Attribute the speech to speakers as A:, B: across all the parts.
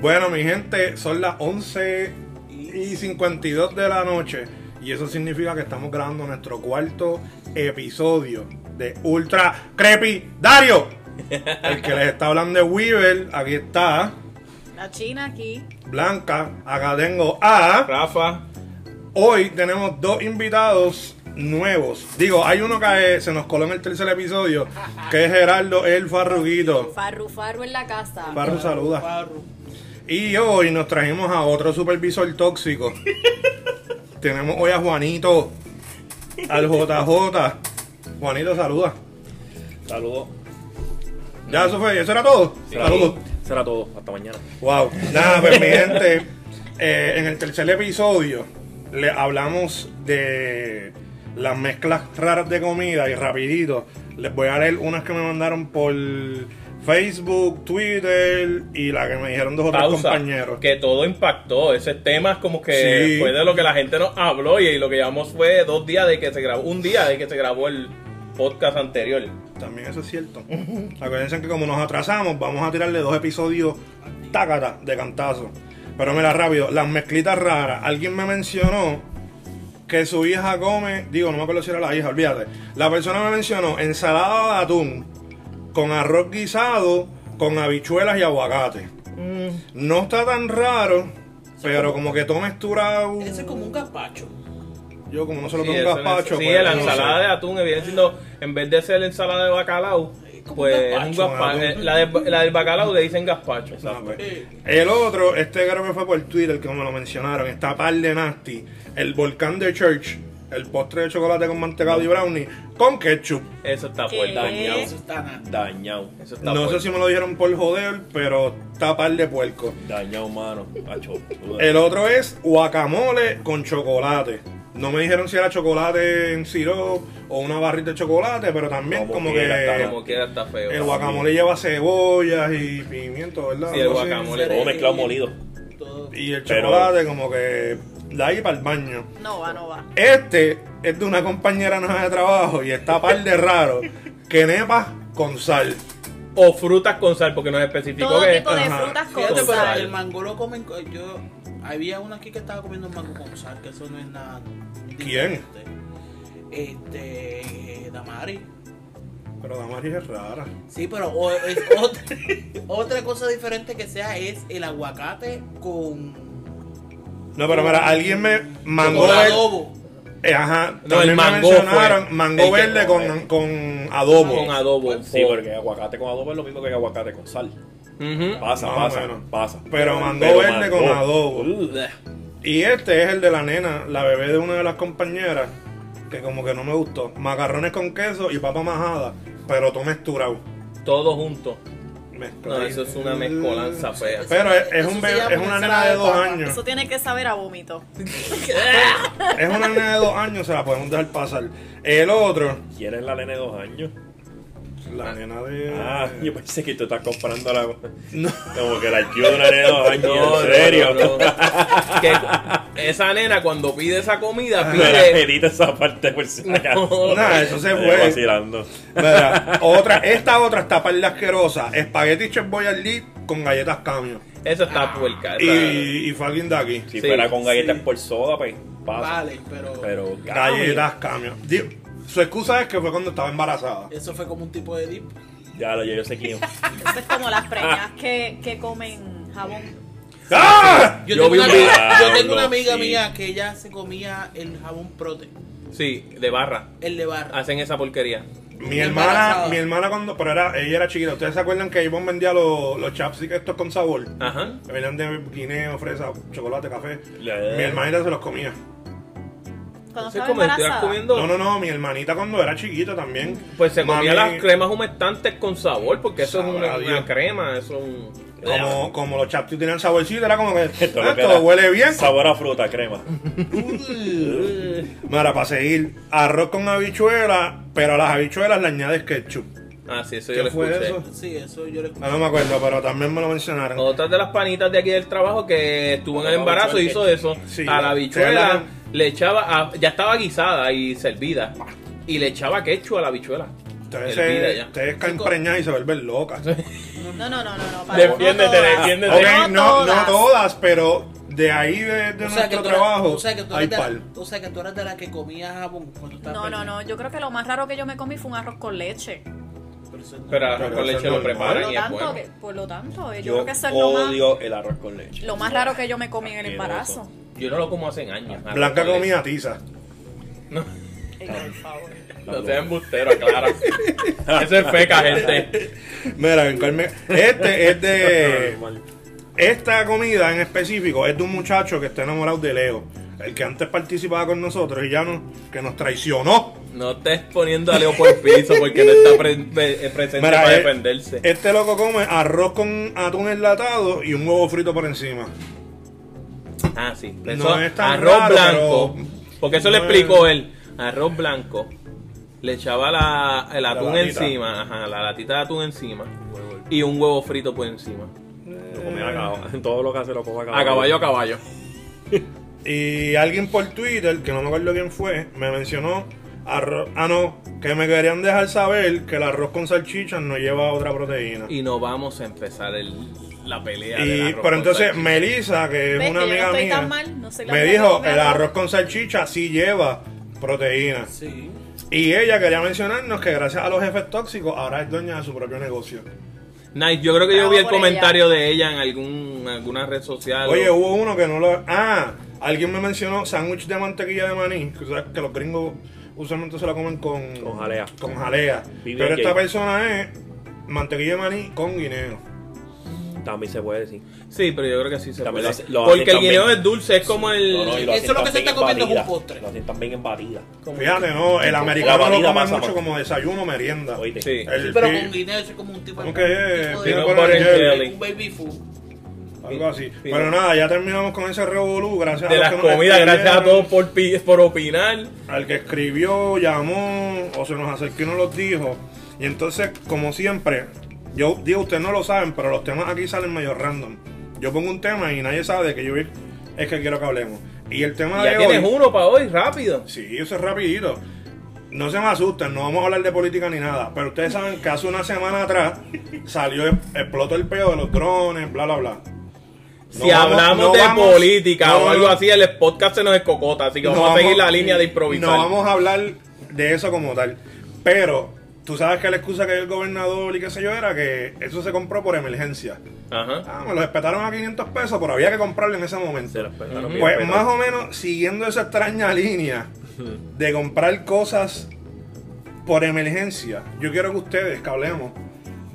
A: Bueno, mi gente, son las 11 y 52 de la noche. Y eso significa que estamos grabando nuestro cuarto episodio de Ultra Crepidario. El que les está hablando de Weaver, aquí está.
B: La China aquí.
A: Blanca, acá tengo a.
C: Rafa,
A: Hoy tenemos dos invitados nuevos. Digo, hay uno que eh, se nos coló en el tercer episodio, que es Gerardo el Farruguito.
B: Farru, Farru en la casa.
A: Farru saluda. Y hoy nos trajimos a otro supervisor tóxico. tenemos hoy a Juanito, al JJ. Juanito, saluda.
C: saludos.
A: Ya, eso fue, eso era todo. Saludos.
C: Será todo. Hasta mañana.
A: Wow. Nada, pues mi gente, eh, en el tercer episodio le hablamos de las mezclas raras de comida y rapidito les voy a leer unas que me mandaron por Facebook, Twitter y la que me dijeron dos otros
C: Pausa.
A: compañeros.
C: Que todo impactó. Ese tema es como que
A: Sí.
C: fue de lo que la gente nos habló y lo que llamamos fue dos días de que se grabó, un día de que se grabó el podcast anterior.
A: También eso es cierto. Acuérdense que como nos atrasamos, vamos a tirarle dos episodios tácata de cantazo. Pero mira, rápido, las mezclitas raras. Alguien me mencionó que su hija come, digo, no me acuerdo si era la hija, olvídate. La persona me mencionó ensalada de atún con arroz guisado, con habichuelas y aguacate.
C: Mm.
A: No está tan raro, pero como que toma estura.
D: Ese es como un gazpacho.
A: Yo como no se lo
C: Sí,
A: tomo un
C: eso-
A: gazpacho.
C: sí,
A: pues,
C: la
A: no sé.
C: ensalada de atún que viene siendo, en vez de ser ensalada de bacalao,
D: como
C: pues
D: un
C: es un
D: gazpacho,
C: gazpacho.
A: ¿no?
C: Eh, La, de- la del bacalao le dicen gazpacho.
A: ¿sabes? pues.
C: pues.
A: El otro, este creo que fue por Twitter que me lo mencionaron, está par de nasty, el volcán de Church, el postre de chocolate con mantecado y brownie con ketchup.
C: Eso está
B: ¿Qué?
C: fuerte. Dañado.
D: Eso está nada.
E: Dañado.
C: Eso está
A: No sé
C: fuerte.
A: si me lo dijeron por joder, pero está par de puerco.
E: Dañado, mano. Acho.
A: El otro es guacamole con chocolate. No me dijeron si era chocolate en sirope o una barrita de chocolate, pero también
E: Como
A: como,
E: quiera,
A: que
E: está
C: Como quiera está feo.
A: el guacamole lleva cebollas y pimiento, ¿verdad?
C: Sí, el
A: Algo así.
C: guacamole.
E: Todo mezclado molido.
D: Todo.
A: Y el
E: Pero-
A: chocolate como que de ahí para el baño.
B: No va, no va.
A: Este es de una compañera nuestra de trabajo y está par de raro. Que nepa con sal.
C: O frutas con sal, porque nos especificó
B: Todo
C: que.
B: tipo de
A: ajá.
B: frutas
D: Fíjate,
B: con
D: pero
C: sal.
D: el mango lo comen. con- Yo. Había una aquí que estaba comiendo mango con sal, que eso no es nada.
A: ¿Quién?
D: diferente. Este. eh, Damari.
A: Pero la Mari es rara.
D: Sí, pero o- es otra, otra cosa diferente que sea es el aguacate con.
A: No, pero mira, alguien me. Mango
D: con
A: verde.
D: adobo.
A: eh, ajá.
C: No,
A: también
C: el
A: me
C: mango
A: mencionaron
C: fue
A: mango
C: el que-
A: verde con, con adobo.
C: Con adobo.
E: Sí, porque aguacate con adobo es lo mismo que aguacate con sal.
C: Ujú.
E: Pasa,
A: Más o
E: pasa,
A: menos.
E: pasa.
A: Pero mandó verde con adobo. Y este es el de la nena, la bebé de una de las compañeras. Que como que no me gustó. Macarrones con queso y papa majada. Pero toma esturado.
C: Todo junto.
A: Mezcla.
C: No, eso es una mezcolanza fea.
A: Pero es, es
D: Eso
A: un
D: se
A: bebé-
D: llama
A: es una nena
D: ensalada
A: de
D: de
A: dos
D: papa.
A: años.
B: Eso tiene que saber a vómito.
A: Es una nena de dos años, se la podemos dejar pasar. El otro,
E: ¿Quién es la nene de dos años?
A: la nena de.
E: Ah, yo pensé que tú estás comparando la.
A: Eh. No.
E: Como que la IQ de una nena de dos años.
C: No,
E: en serio.
C: no, no, no. Que esa nena cuando pide esa comida
E: Me la
C: pide
E: edita esa parte por si acaso.
A: No, eso se
E: Estoy
A: fue.
E: vacilando.
A: Mira, otra, esta otra está parda asquerosa. Espagueti Chef Boyardee con galletas cameo.
C: eso está puerca. esa-
A: Y, y fucking de aquí.
E: Si
C: Sí,
E: fuera con galletas
D: sí.
E: por soda, pues pasa.
D: Vale, pero,
E: Pero
A: Galletas cameo. Digo, Su excusa es que fue cuando estaba embarazada.
D: Eso fue como un tipo de dip.
E: Ya lo ya yo sé quién.
B: Eso es como las preñas que, que comen jabón.
A: ¡Ah!
D: Yo,
C: Yo
D: tengo,
C: vi
D: una,
C: un
D: amiga- yo
E: video.
D: tengo una
E: Diablo,
D: amiga
E: sí.
D: mía que ella se comía el jabón prote,
C: Sí, de barra.
D: el de barra.
C: Hacen esa porquería.
A: Mi
D: Embarazada.
A: hermana, mi hermana cuando, pero era, ella era chiquita. ¿Ustedes se acuerdan que Ivonne vendía los, los chapsticks estos con sabor?
C: Ajá.
A: Que Venían de guineo, fresa, chocolate, café.
E: Le-
A: Mi hermanita se los comía.
B: Cuando
C: Se
B: estaba
C: come, estuvieras
B: embarazada.
C: comiendo.
A: No, no, no, mi hermanita cuando era chiquita también.
C: Pues se
A: Mami,
C: comía las cremas humectantes con sabor, porque eso es
A: Sabrá
C: una,
A: Dios.
C: una crema, eso es un.
A: Como, como los chapsticks tenían saborcito, era como que
E: Esto
A: "Ah,
E: lo que
A: todo
E: era
A: huele bien.
E: Sabor a fruta, crema.
A: Mira, para seguir, arroz con habichuela, pero a las habichuelas le añades ketchup.
C: Ah, sí, eso
A: ¿Qué
C: yo lo
A: fue
C: escuché.
A: eso? Ah,
D: Sí, eso yo le escuché.
A: No, no me acuerdo, pero también me lo mencionaron.
C: Otra de las panitas de aquí del trabajo que estuvo en el embarazo
E: Habichuela,
C: hizo eso.
A: Sí,
C: a la
A: se
C: habichuela
A: la-
C: le echaba, a- ya estaba guisada y servida. Y le echaba quechua a la habichuela.
A: Ustedes,
C: Elvira
A: se,
C: ya.
A: ustedes caen preñadas y se vuelven locas.
B: No, no, no, no, no. para-
C: Defiéndete,
B: no todas.
C: defiéndete.
A: Ok, no, no
B: todas.
A: todas. pero de ahí de, de
D: O sea, que
A: nuestro
D: tú eras-
A: trabajo
D: o sea, que tú
A: hay
D: eras de la-
A: par.
D: O sea, que tú eras de las que comía jabón cuando estabas
B: No, no,
D: preñada.
B: no. Yo creo que lo más raro que yo me comí fue un arroz con leche.
D: Pero eso no-
C: Pero arroz
A: Pero
C: con
A: eso
C: leche
A: es
C: lo
A: normal.
B: Por
C: preparan
B: lo
C: y es
B: tanto,
C: bueno.
B: que- por lo tanto, eh, yo,
E: Yo
B: creo que eso es lo más,
E: odio el arroz con leche.
B: lo más raro que yo me comí en el embarazo.
C: Yo no lo como hace años.
A: Blanca
C: Arroz con leche.
A: comía tiza.
C: No,
B: Ay, Eh, por favor.
C: no seas embustero, aclara. Eso es feca, gente.
A: Mira, en Carmen- Este es
E: Eh,
A: de.
E: Normal.
A: Esta comida en específico es de un muchacho que está enamorado de Leo. El que antes participaba con nosotros y ya no, que nos traicionó.
C: No estés poniendo a Leo por piso porque no está pre- pre- presente
A: Mira,
C: para
A: eh,
C: defenderse.
A: Este loco come arroz con atún enlatado y un huevo frito por encima.
C: Ah, sí.
A: No
C: Eso,
A: es tan
C: arroz
A: raro,
C: blanco.
A: pero-
C: Porque eso
A: no
C: le
A: es-
C: explicó él. Arroz blanco. Le echaba la, el atún
A: latita.
C: encima. Ajá, la latita de atún encima. Y un huevo frito por encima.
E: Lo comía a caballo. Todo lo que hace lo como a caballo.
C: A caballo a caballo.
A: Y alguien por Twitter, que no me acuerdo quién fue, me mencionó arroz. Ah, no, que me querían dejar saber que el arroz con salchichas no lleva otra proteína. Y,
C: Y no vamos a empezar el- la pelea. del arroz
A: pero
C: con
A: entonces
C: salchicha.
A: Melissa, que es
B: ¿Ves
A: una
B: que yo no
A: amiga
B: estoy
A: mía,
B: tan mal? No soy la
A: me
B: única que
A: dijo
B: come
A: el
B: arroz".
A: arroz con salchicha sí lleva proteína.
D: Sí.
A: Y ella quería mencionarnos que gracias a los jefes tóxicos ahora es dueña de su propio negocio.
C: Nice, yo creo que yo vi el
B: Bravo por
C: comentario de ella en algún, alguna red social.
A: Oye,
C: o-
A: hubo uno que no lo. Ah, alguien me mencionó sándwich de mantequilla de maní. Que, tú sabes que los gringos usualmente se la comen con.
E: Con jalea.
A: Con jalea.
E: BB&J.
A: Pero esta persona es mantequilla de maní con guineo.
E: También se puede decir.
C: Sí, pero yo creo que sí se puede.
E: También lo hace- lo
C: Porque
E: hacen
C: el guineo
E: también.
C: es dulce, es como el.
E: No, no,
D: Eso
E: y
D: es lo que
E: hacen
D: se
E: también
D: está comiendo, es un
E: en batida.
D: postre.
E: Lo hacen también en batida.
C: como-
A: Fíjate, no, el
E: La
A: americano lo
E: vanilla
A: come
E: pasa
A: mucho
E: por-
A: como desayuno o merienda.
E: Oíste.
C: Sí.
A: El
D: Pero
A: pi-
D: con guineo eso es como un tipo
A: Ok,
D: de.
A: eh,
D: tipo
A: peanut
C: butter and
A: jelly,
C: jelly.
D: Un baby food.
A: Algo así.
C: Sí.
A: Pero nada, ya terminamos con ese revolú. Gracias
C: de
A: a los
C: las
A: que nos
C: comidas, gracias a
A: escribieron,
C: todos por, pi- por opinar.
A: Al que escribió, llamó o se nos acercó y nos los dijo. Y entonces, como siempre, yo digo, ustedes no lo saben, pero los temas aquí salen medio random. Yo pongo un tema y nadie sabe de que yo es que quiero que hablemos. Y el tema
C: Y ya
A: de hoy.
C: tienes uno para hoy, rápido.
A: Sí, eso es rapidito. No se me asusten, no vamos a hablar de política ni nada. Pero ustedes saben que hace una semana atrás salió, explotó el peo de los drones, bla, bla, bla.
C: si
A: vamos-
C: hablamos
A: no
C: de
A: vamos-
C: política
A: no,
C: o algo
A: no,
C: así, el podcast se nos escocota. Así que
A: no
C: vamos, a seguir la línea de improvisar.
A: No vamos a hablar de eso como tal. Pero tú sabes que la excusa que dio el gobernador y qué sé yo era que eso se compró por emergencia.
C: Ajá.
A: Ah, me lo espetaron a 500 pesos, pero había que comprarlo en ese momento.
E: Se las prestaron
C: Ujú.
E: bien,
A: Pues
E: pero-
A: más o menos siguiendo esa extraña línea de comprar cosas por emergencia, yo quiero que ustedes que hablemos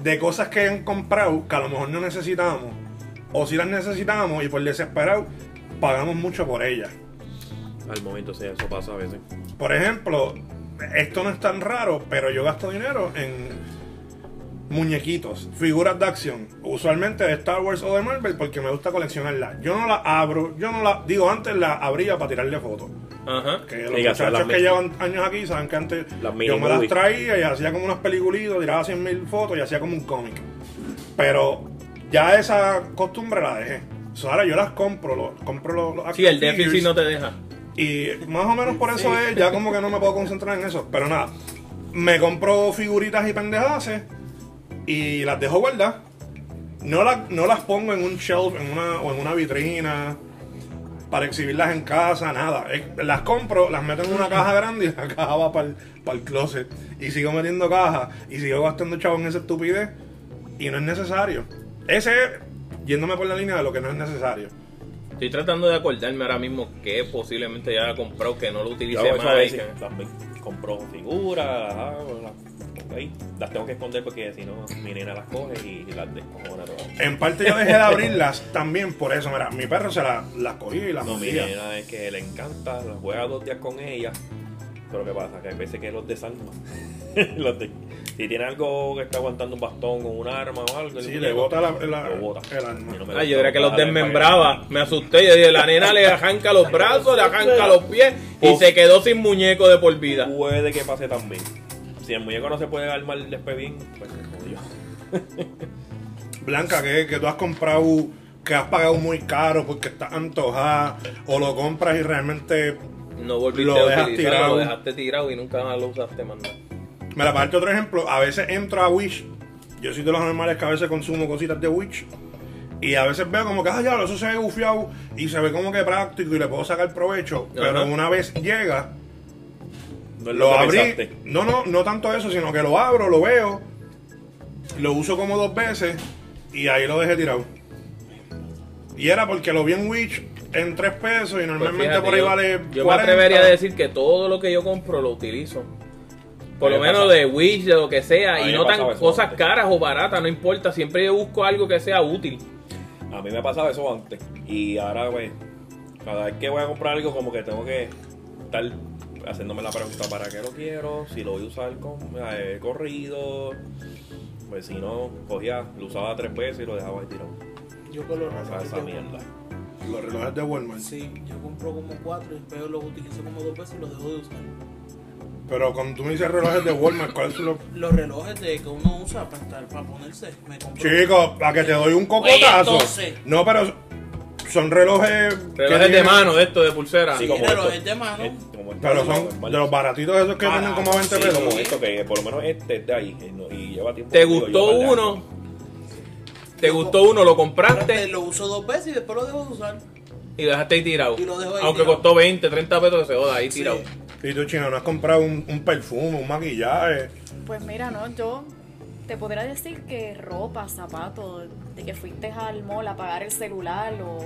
A: de cosas que han comprado que a lo mejor no necesitamos o si las necesitamos y por desesperado pagamos mucho por ellas.
E: Al momento, sí, eso pasa a veces.
A: Por ejemplo, esto no es tan raro, pero yo gasto dinero en muñequitos, figuras de acción, usualmente de Star Wars o de Marvel, porque me gusta coleccionarlas. Yo no las abro, yo no las, digo, antes las abría para tirarle fotos.
C: Ajá.
A: Que los
E: Y que hacía
A: muchachos
E: las
A: que
E: mini-
A: llevan años aquí saben que antes
E: Las mini
A: yo me las
E: movies.
A: traía y hacía como unas peliculitas, tiraba 100 mil fotos y hacía como un cómic. Pero ya esa costumbre la dejé. So, ahora yo las compro, los, compro los, los
C: Sí, el
A: action figures.
C: déficit no te deja.
A: Y más o menos por eso es, ya como que no me puedo concentrar en eso. Pero nada, me compro figuritas y pendejadas eh, y las dejo guardadas. No, las- no las pongo en un shelf en una, o en una vitrina para exhibirlas en casa, nada. Es- Las compro, las meto en una caja grande y la caja va para el, closet. Y sigo metiendo cajas y sigo gastando chavo en esa estupidez. Y no es necesario. Ese es, yéndome por la línea de lo que no es necesario.
C: Estoy tratando de acordarme ahora mismo qué posiblemente ya he comprado, que no lo
E: Yo
C: utilice
E: hago eso a
C: más. y
E: veces.
C: que-
E: También compro figuras, las hago, las pongo ahí. Las tengo que esconder porque si no, mi nena las coge y las descojona todas.
A: En parte yo dejé de abrirlas también por eso. Mira, mi perro se la- las cogí y las
E: No, mi
A: mordía.
E: nena es que le encanta, la juega dos días con ella. Pero ¿qué pasa? Que hay veces que los desarma. Los de- si tiene algo que está aguantando un bastón o un arma o algo,
A: Sí,
E: el
A: le
E: muñeco,
A: bota la- la-
E: lo bota.
A: el arma.
E: Y no me
C: Ay, yo
E: gusta
C: era que los
E: botarle para
C: desmembraba. Me asusté. Yo dije, la nena le arranca los brazos, le arranca los pies y
E: Pues-
C: se quedó sin muñeco de por vida.
E: Puede que pase también. Si el muñeco no se puede armar después bien, pues se jodió.
A: Blanca, que, que tú has comprado, que has pagado muy caro porque estás antojada, o lo compras y realmente
C: No volviste
A: Lo
C: a
A: dejas
C: utilizarlo,
A: tirado.
C: lo dejaste tirado y nunca más lo usaste más nada.
A: Mira, para darte otro ejemplo, a veces entro a Wish. Yo soy de los animales que a veces consumo cositas de Wish. Y a veces veo como que, ah, ya, eso se ve gufiado y se ve como que práctico y le puedo sacar provecho. Pero
C: Ajá.
A: una vez llega,
E: No es
A: lo
E: que
A: abrí.
E: pensaste.
A: No, no, no tanto eso, sino que lo abro, lo veo, lo uso como dos veces y ahí lo dejé tirado. Y era porque lo vi en Witch en tres pesos y
C: Pues
A: normalmente
C: fíjate,
A: por ahí
C: yo-
A: vale
C: Yo
A: 40.
C: me atrevería a decir que todo lo que yo compro lo utilizo. Por
E: A
C: lo
E: mí me
C: menos
E: pasa.
C: de Wish, de lo que
E: A
C: sea.
E: mí
C: Y
E: me
C: no tan
E: pasaba eso
C: cosas
E: antes.
C: caras o baratas, no importa. Siempre yo busco algo que sea útil.
E: A mí me pasaba eso antes. Y ahora, güey, cada vez que voy a comprar algo, como que tengo que estar haciéndome la pregunta: ¿para qué lo quiero? Si lo voy a usar con, eh, corrido. Pues si no, cogía, lo usaba tres veces y lo dejaba ahí tirado.
D: Yo con los
E: Esa,
D: relojes
E: esa
D: de
E: mierda.
D: Walmart.
A: Los relojes de Walmart.
D: Sí, yo compro como cuatro y después los utilizo como dos veces y los dejo de usar.
A: Pero cuando tú me dices relojes de Walmart, ¿cuáles son los...?
D: Los relojes de que uno usa para estar, para ponerse, me compro.
A: Chicos, para que te doy un cocotazo.
D: Pues, entonces.
A: No, pero son relojes... que
C: Relojes de
A: tienen-
C: mano, de esto, de pulsera.
D: Sí,
E: como
D: pero
E: esto.
D: es de mano.
E: Eh, como esto,
A: Pero
E: como
A: son
E: normal.
A: de los baratitos esos que
D: Ah,
A: tienen como 20
E: Sí,
A: pesos.
E: como esto, que por lo menos este es de ahí. eh, no- Y lleva tiempo.
C: ¿Te
E: conmigo,
C: gustó
E: lleva de años.
C: uno? ¿Te gustó uno? ¿Lo compraste?
D: Lo uso dos veces y después lo dejo de usar.
C: Y lo dejaste ahí tirado.
D: Y lo dejo ahí
C: Aunque
D: tirado.
C: costó 20, 30 pesos que se joda ahí tirado.
D: Sí.
A: Y tú, chino, no has comprado un, un perfume, un maquillaje.
B: Pues mira, no, yo te podría decir que ropa, zapatos, de que fuiste al mall a pagar el celular o,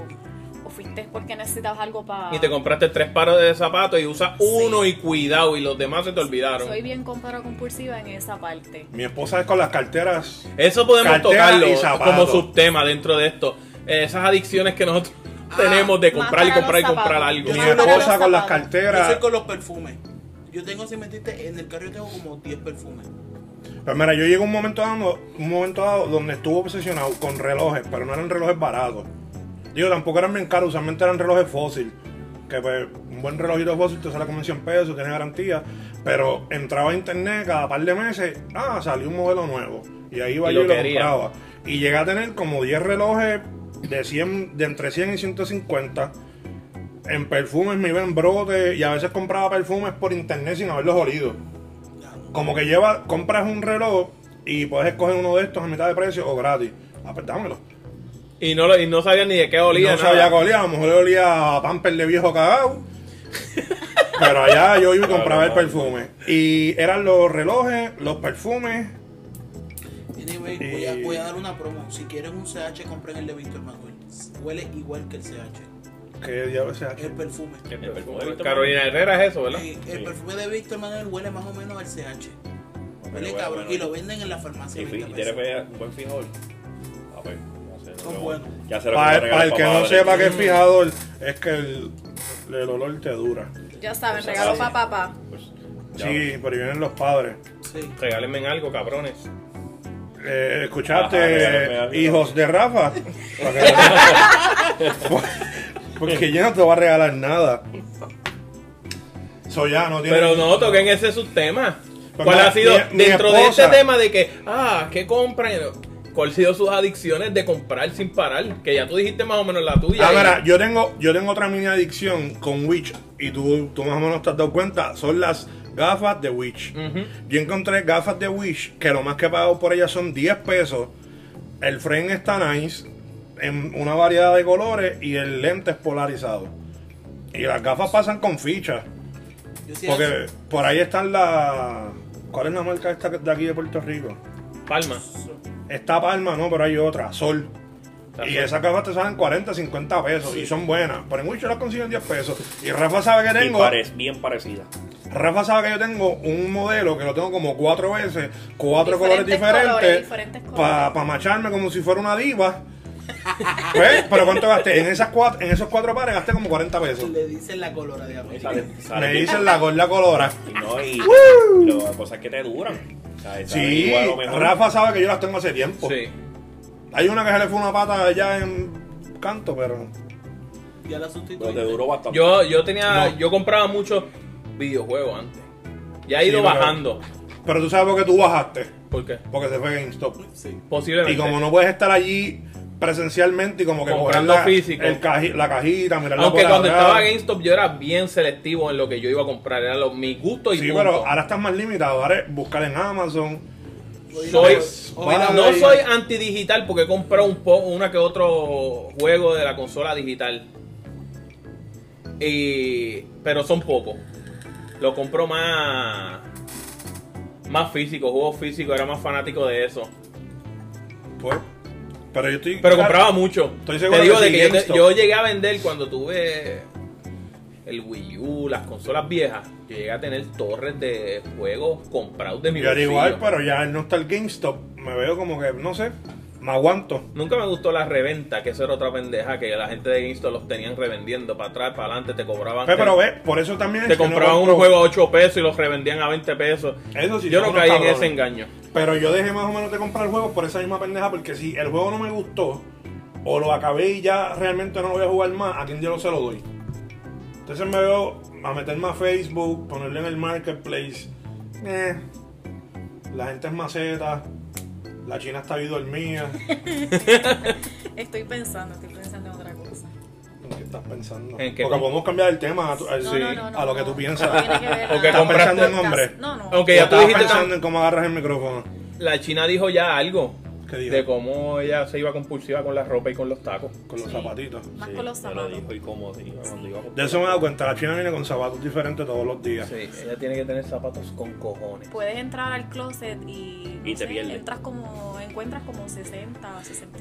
B: o fuiste porque necesitabas algo para...
C: Y te compraste tres pares de zapatos y usas
B: Sí.
C: uno y cuidado y los demás se te olvidaron.
B: Soy bien comparo compulsiva en esa parte.
A: Mi esposa es con las carteras.
C: Eso podemos
A: Cartera
C: tocarlo
A: y zapato.
C: como subtema dentro de esto. Eh, Esas adicciones que nosotros tenemos de
B: más
C: comprar y
B: para Ah, los
C: comprar y comprar
B: zapatos.
C: algo.
A: Mi
D: soy una
A: esposa
B: de
A: con las
B: las zapatas.
D: Yo soy
A: carteras.
D: con los perfumes. Yo tengo, si metiste, en el carro yo tengo como 10 perfumes.
A: Pero mira, yo llegué a un momento dado, un momento dado donde estuve obsesionado con relojes, pero no eran relojes baratos. Digo, tampoco eran bien caros, usualmente eran relojes fósil. Que pues, un buen relojito fósil te sale como en 100 pesos, tiene garantía. Pero entraba a internet cada par de meses, ah, salió un modelo nuevo. Y ahí iba
C: Y
A: yo
C: lo
A: y lo
C: quería.
A: compraba. Y llegué a tener como 10 relojes de 100, de entre 100 y 150. En perfumes me iba en brote y a veces compraba perfumes por internet sin haberlos olido
D: Ya, no.
A: como que lleva, compras un reloj y puedes escoger uno de estos a mitad de precio o gratis. Ah, pues dámelo.
C: Y no, lo- y no sabía ni de qué olía.
A: no
C: nada.
A: sabía que olía, a lo mejor olía a pamper de viejo cagado. Pero allá yo iba y compraba el perfume. Y eran los relojes, los perfumes.
D: Anyway, voy, a,
E: Eh.
D: voy a dar una promo. Si quieren un CH, compren el de Víctor Manuel. Huele igual que el CH.
A: Que diablo sea.
D: El perfume.
C: El
E: El perfume de Víctor
C: Carolina Herrera es eso, ¿verdad?
D: Eh,
E: Sí.
D: el perfume de Víctor Manuel huele más o menos al CH.
E: Pero
D: Huele
E: bueno,
D: cabrón.
E: bueno,
D: y lo venden en la farmacia. pues.
E: Y, fi-
D: 20
E: y
D: pesos.
E: tiene pe- un buen fijol. A ver, no sé.
D: Son
E: no sé,
D: buenos.
E: Ya se lo voy a
A: Para, el-
E: regalar
A: para el que
E: papá,
A: no
E: madre.
A: sepa que es fijador, es que el, el olor te dura.
B: Ya saben, regalo para papá.
E: Pues, ya
A: Sí, pero vienen los padres.
E: pues.
D: Sí.
C: Regálenme algo, cabrones.
A: Eh, ¿Escuchaste
E: Ajá, regálame algo.
A: Hijos de Rafa? Para que- Porque yo no te voy a regalar nada. Eso ya no tiene.
C: Pero no toquen ese subtema.
A: Pues
C: ¿Cuál
A: mira,
C: ha sido,
A: mi- mi
C: dentro de
A: esposa-
C: este tema de que, ah, ¿qué compran? ¿Cuál ha sido sus adicciones de comprar sin parar? Que ya tú dijiste más o menos la tuya.
A: Ah,
C: y-
A: mira, yo tengo, yo tengo otra mini adicción con Witch. Y tú, tú más o menos te has dado cuenta. Son las gafas de Witch.
C: Ujú.
A: Yo encontré gafas de Wish que lo más que he pagado por ellas son 10 pesos. El frame está nice, en una variedad de colores y el lente es polarizado. Y las gafas pasan con fichas.
D: Yo sí
A: Porque por ahí están las. ¿Cuál es la marca esta que- de aquí de Puerto Rico?
C: Palma.
A: Está Palma, no, pero hay otra, Sol. Y esas gafas te salen 40, 50 pesos y son buenas. Pero en Wish yo las consigo en 10 pesos. Y Rafa sabe que
E: Y
A: tengo.
E: parec- bien parecida.
A: Rafa sabe que yo tengo un modelo que lo tengo como cuatro veces, cuatro
B: Diferentes
A: colores
B: colores,
A: diferentes,
B: diferentes
A: para
B: colores.
A: macharme como si fuera una diva. ¿Ves? Pero ¿cuánto gasté? En, esas cuatro, en esos cuatro pares gasté como 40 pesos.
D: Le dicen la pues. colora de
E: Y
D: América.
E: sale- sale
A: Me
E: bien.
A: dicen la gorda colora.
E: Y no, y lo- las cosas que te duran. O sea, esa
A: Sí,
E: igual o mejor.
A: Rafa sabe que yo las tengo hace tiempo.
C: Sí.
A: Hay una que se le fue una pata allá en canto, pero...
D: Ya la
E: Pero te
D: sustituí.
E: duró bastante.
C: Yo, yo tenía,
A: No.
C: yo compraba muchos videojuegos antes. Ya he
A: Sí,
C: ido
A: pero-
C: bajando.
A: Pero tú sabes por qué tú bajaste.
C: ¿Por qué?
A: Porque se fue GameStop.
D: Sí.
C: Posiblemente.
A: Y como no puedes estar allí presencialmente y como que coger
C: Comprando
A: la,
C: físico.
A: el caji- la cajita, mirarla
C: Aunque
A: por
C: cuando
A: atrás.
C: estaba GameStop yo era bien selectivo en lo que yo iba a comprar, era lo, mi gusto y
A: Sí,
C: punto.
A: pero ahora estás más limitado. Ahora es buscar en Amazon.
C: Soy-
A: Oye, la-
C: no
A: oye.
C: soy antidigital porque he comprado un po, una que otro juego de la consola digital. Y, pero son pocos. Lo compro más más físico, juegos físicos, era más fanático de eso.
A: Pues, pero yo estoy.
C: Pero
A: claro,
C: compraba mucho.
A: Estoy seguro
C: Te digo
A: que
C: de
A: sí,
C: que yo, te-
A: GameStop.
C: yo llegué a vender cuando tuve el Wii U, las consolas viejas. Yo llegué a tener torres de juegos comprados de mi
A: Yo era
C: bolsillo.
A: igual, pero ya al no estar GameStop, me veo como que, no sé, me aguanto.
C: Nunca me gustó la reventa, que eso era otra pendeja que la gente de GameStop los tenían revendiendo para atrás, para adelante, te cobraban.
A: Pe- Pero
C: te,
A: ve, por eso también. es
C: te
A: que no
C: compraban un
A: compro-
C: juego a 8 pesos y los revendían a 20 pesos.
A: Eso sí,
C: Yo
A: son
C: no
A: unos
C: caí en
A: cabrones.
C: ese engaño.
A: Pero yo dejé más o menos de comprar juegos por esa misma pendeja, porque si el juego no me gustó, o lo acabé y ya realmente no lo voy a jugar más, a quien yo se lo doy. Entonces me veo a meterme a Facebook, ponerle en el marketplace. Eh, la gente es maceta, la china está ahí dormida.
B: Estoy pensando, estoy pensando en otra cosa.
A: ¿En ¿Qué estás pensando?
C: ¿En qué
A: Porque
C: com-
A: podemos cambiar el tema a, tu- a-
B: No,
A: sí,
B: no, no, no,
A: a lo que
B: no.
A: tú
B: No
A: piensas.
B: tiene que ver
C: O que
B: nada.
C: compraste
B: Podcast.
A: un hombre.
B: No, no.
C: Ok,
A: O
C: ya tú
A: estabas
C: dijiste.
A: pensando en cómo agarras el micrófono.
C: La China dijo ya algo
A: ¿Qué dijo?
C: de cómo ella se iba compulsiva con la ropa y con los tacos.
A: Con los
B: Sí.
A: zapatitos.
B: Más
E: Sí,
B: con los
E: me lo
B: zapatos.
E: dijo y cómo sí, cuando iba a comprar.
A: De eso me he dado cuenta, la china viene con zapatos diferentes todos los días.
C: Sí, ella tiene que tener zapatos con cojones.
B: Puedes entrar al closet y, no
E: Y te
B: sé,
E: pierdes.
B: entras como encuentras como 60, 65.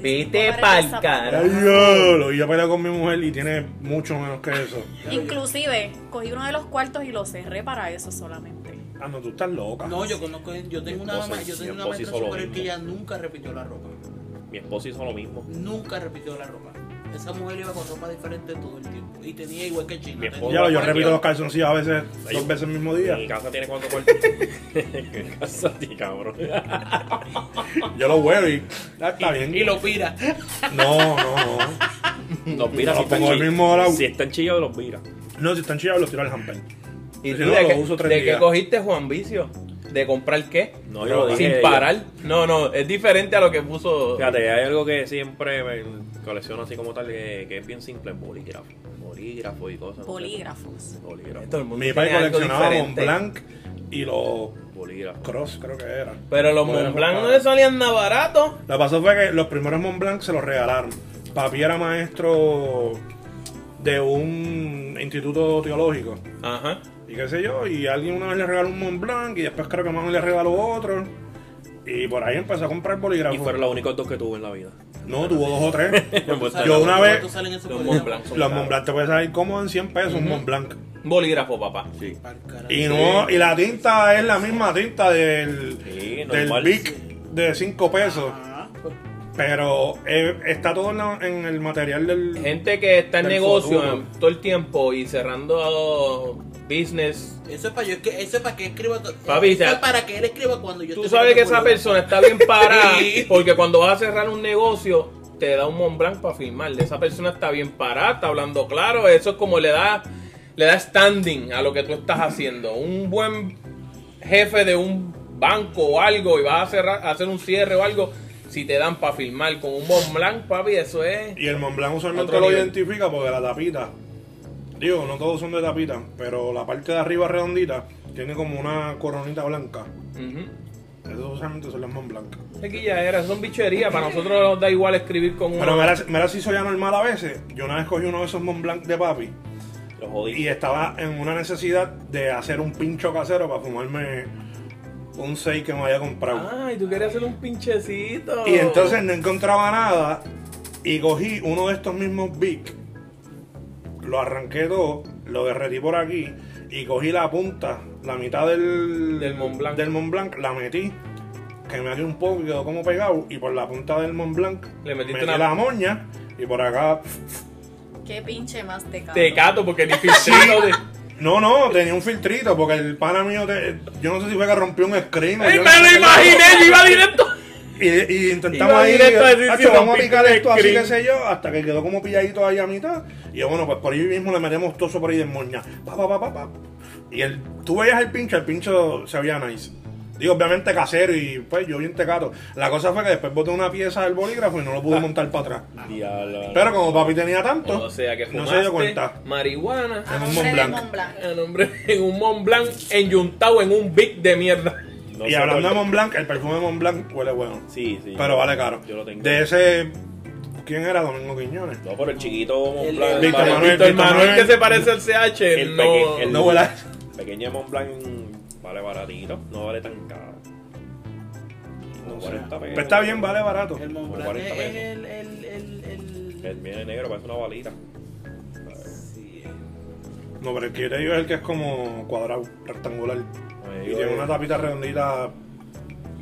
B: pares
C: Vete
B: de
C: pa'l
B: zapatos.
C: carajo.
A: Ay, yo, lo iba a pelear con mi mujer y tiene mucho menos que eso.
B: Inclusive cogí uno de los cuartos y lo cerré para eso solamente.
A: Ah, no, tú estás loca.
D: No, yo conozco, yo tengo una
E: esposa-
D: mamá, yo
E: mi
D: tengo una
E: esposa
D: maestra
E: hizo lo
D: superior que
E: mismo.
D: ella nunca repitió la ropa.
E: Mi esposo hizo lo mismo.
D: Nunca repitió la ropa. Esa mujer iba con ropa diferente todo el tiempo. Y tenía igual que China.
E: Mi
D: tenía
E: esposa-
A: Ya, yo
D: igual que-
A: repito los calzoncillos a veces, dos veces el mismo día.
E: Mi casa tiene cuánto cuarto. Mi casa tiene, cabrón.
A: Yo lo huevo y. Ah, está bien.
D: Y lo pira.
A: No, no, no.
E: Los mira,
A: Los
E: si están
A: pongo al
E: chill-
A: mismo lado.
E: Si están chillos, los mira.
A: No, si están chillados, los tiro al hamper.
C: ¿Y
A: Si
C: tú
A: no,
C: de,
A: lo
C: qué-
A: uso tres
C: de qué
A: días.
C: cogiste Juan Vicio? ¿De comprar qué?
E: No, yo lo dije.
C: Sin
E: yo-
C: parar. No, no, es diferente a lo que puso.
E: Fíjate, hay algo que siempre me colecciono así como tal, que, que es bien simple, bolígrafo. Bolígrafo y cosas. no sé.
B: Bolígrafos.
E: Bolígrafo.
C: Todo el mundo
A: Mi
C: tiene
A: padre
C: algo
A: coleccionaba Mont
C: diferente.
A: Blanc y los
E: Bolígrafo.
A: Cross, creo que era.
C: Pero los
A: Bueno,
C: Mont Blanc
A: papá.
C: no le salían nada barato.
A: Lo que pasó fue que los primeros Mont Blanc se los regalaron. Papi era maestro de un instituto teológico.
C: Ajá.
A: y qué sé yo, y alguien una vez le regaló un Mont Blanc y después creo que más le regaló otro. Y por ahí empezó a comprar
E: Y
A: bolígrafos.
E: fueron los únicos dos que tuve en la vida.
A: No, tuvo dos o tres.
E: Pues,
A: Yo una vez-
D: ¿Cuánto salen esos
C: Los
D: bolígrafos?
C: Mont Blanc son
A: Los
C: caros.
A: Mont Blanc te puede salir como en 100 pesos un Mont Blanc.
C: Bolígrafo, papá.
E: Sí.
D: Pa'l carajo.
A: Y no, y la tinta es la misma tinta del,
E: Sí,
A: del
E: normal.
A: Bic de 5 pesos.
D: Ajá.
A: Pero eh, está todo en, la- en el material del.
C: Gente que está en
A: Del
C: negocio
A: futuro.
C: em, todo el tiempo y cerrando business.
D: Eso es para yo, que- eso es para que escriba. to-
C: Papi,
D: eso es
C: ya-
D: para que él escriba cuando yo
C: Tú
D: esté
C: sabes que esa
D: metiendo culo.
C: persona está bien parada
D: Sí.
C: porque cuando vas a cerrar un negocio te da un Mont Blanc para firmarle. Esa persona está bien parada, está hablando claro. Eso es como le da, le da standing a lo que tú estás haciendo. Un buen jefe de un banco o algo y vas a cerrar, a hacer un cierre o algo, si te dan para firmar con un Mont Blanc, papi, eso es.
A: Y el Mont Blanc usualmente
C: Otro
A: lo
C: nivel.
A: identifica porque la tapita. Digo, no todos son de tapita, pero la parte de arriba redondita tiene como una coronita blanca.
C: Ujú.
A: Esos usualmente son los Mont Blanc.
C: Aquí ya era, son bicherías. Para nosotros nos da igual escribir con
A: Pero
C: una-
A: mira, mira si soy anormal a veces. Yo una vez cogí uno de esos Mont Blanc de papi
E: Los jodí.
A: y estaba en una necesidad de hacer un pincho casero para fumarme un 6 que me había comprado.
C: Ay, tú querías hacer un pinchecito.
A: Y entonces no encontraba nada y cogí uno de estos mismos Bic. Lo arranqué todo, lo derretí por aquí y cogí la punta, la mitad del,
C: Del Mont Blanc.
A: del Mont Blanc, la metí, que me un poco y quedó como pegado. Y por la punta del Mont Blanc
C: Le metiste
A: metí
C: una-
A: la moña y por acá
B: Qué pinche más te cago.
C: Te cato porque ni pinchito de.
A: No, no, tenía un filtrito porque el pana mío, te- yo no sé si fue que rompió un screen. o
C: ¡Ey,
A: yo
C: me
A: no
C: lo
A: sé.
C: imaginé! Yo iba directo.
A: Y, y intentamos
C: Iba
A: ahí,
C: directo a decir
A: "Acho,
C: si
A: vamos a
C: rompiste
A: picar
C: un
A: esto así,
C: screen".
A: qué sé yo, hasta que quedó como pilladito ahí a mitad. Y yo, bueno, pues por ahí mismo le metemos todo eso por ahí de moña. Pa, pa, pa, pa, pa. Y el, tú veías el pincho, el pincho se veía nice. Digo, obviamente casero y pues yo bien tecato. La cosa fue que después boté una pieza del bolígrafo y no lo pude montar para atrás.
E: Diablo.
A: Pero como papi tenía tanto,
C: O sea que
A: no
C: fumaste
A: se dio cuenta.
C: marihuana
A: En un
B: Hombre de
A: Mont Blanc.
B: Mont Blanc.
C: en, hombre, en un Mont Blanc enyuntado en un big de mierda.
E: No
A: y
E: sé,
A: hablando
E: pero-
A: de Mont Blanc, el perfume de Mont Blanc huele bueno.
E: Sí, sí.
A: pero vale caro.
E: Yo lo tengo.
A: De ese. ¿Quién era? Domingo Quiñones.
E: No, pero el chiquito
D: El-
E: Montblanc.
D: Víctor
E: vale-
A: Manuel,
C: Víctor
A: Víctor
C: Manuel
A: Manuel.
C: que se parece al CH.
E: El
C: no.
E: peque- el-
A: No huele a-
E: Pequeña Montblanc vale baratito. No vale tan caro. Como
D: No sé.
E: 40 pesos.
C: Pues,
A: Pero está bien,
C: eh,
A: vale barato.
D: El Mont
E: Como
D: Blanc es
E: 40 pesos.
D: el, el, el, el-
E: El viene negro, parece una balita.
C: Eh,
D: Sí.
A: No, pero el que yo te digo es el que es como cuadrado, rectangular.
E: Me
C: Pues,
A: Y
E: digo,
A: tiene
E: eh,
A: una tapita redondita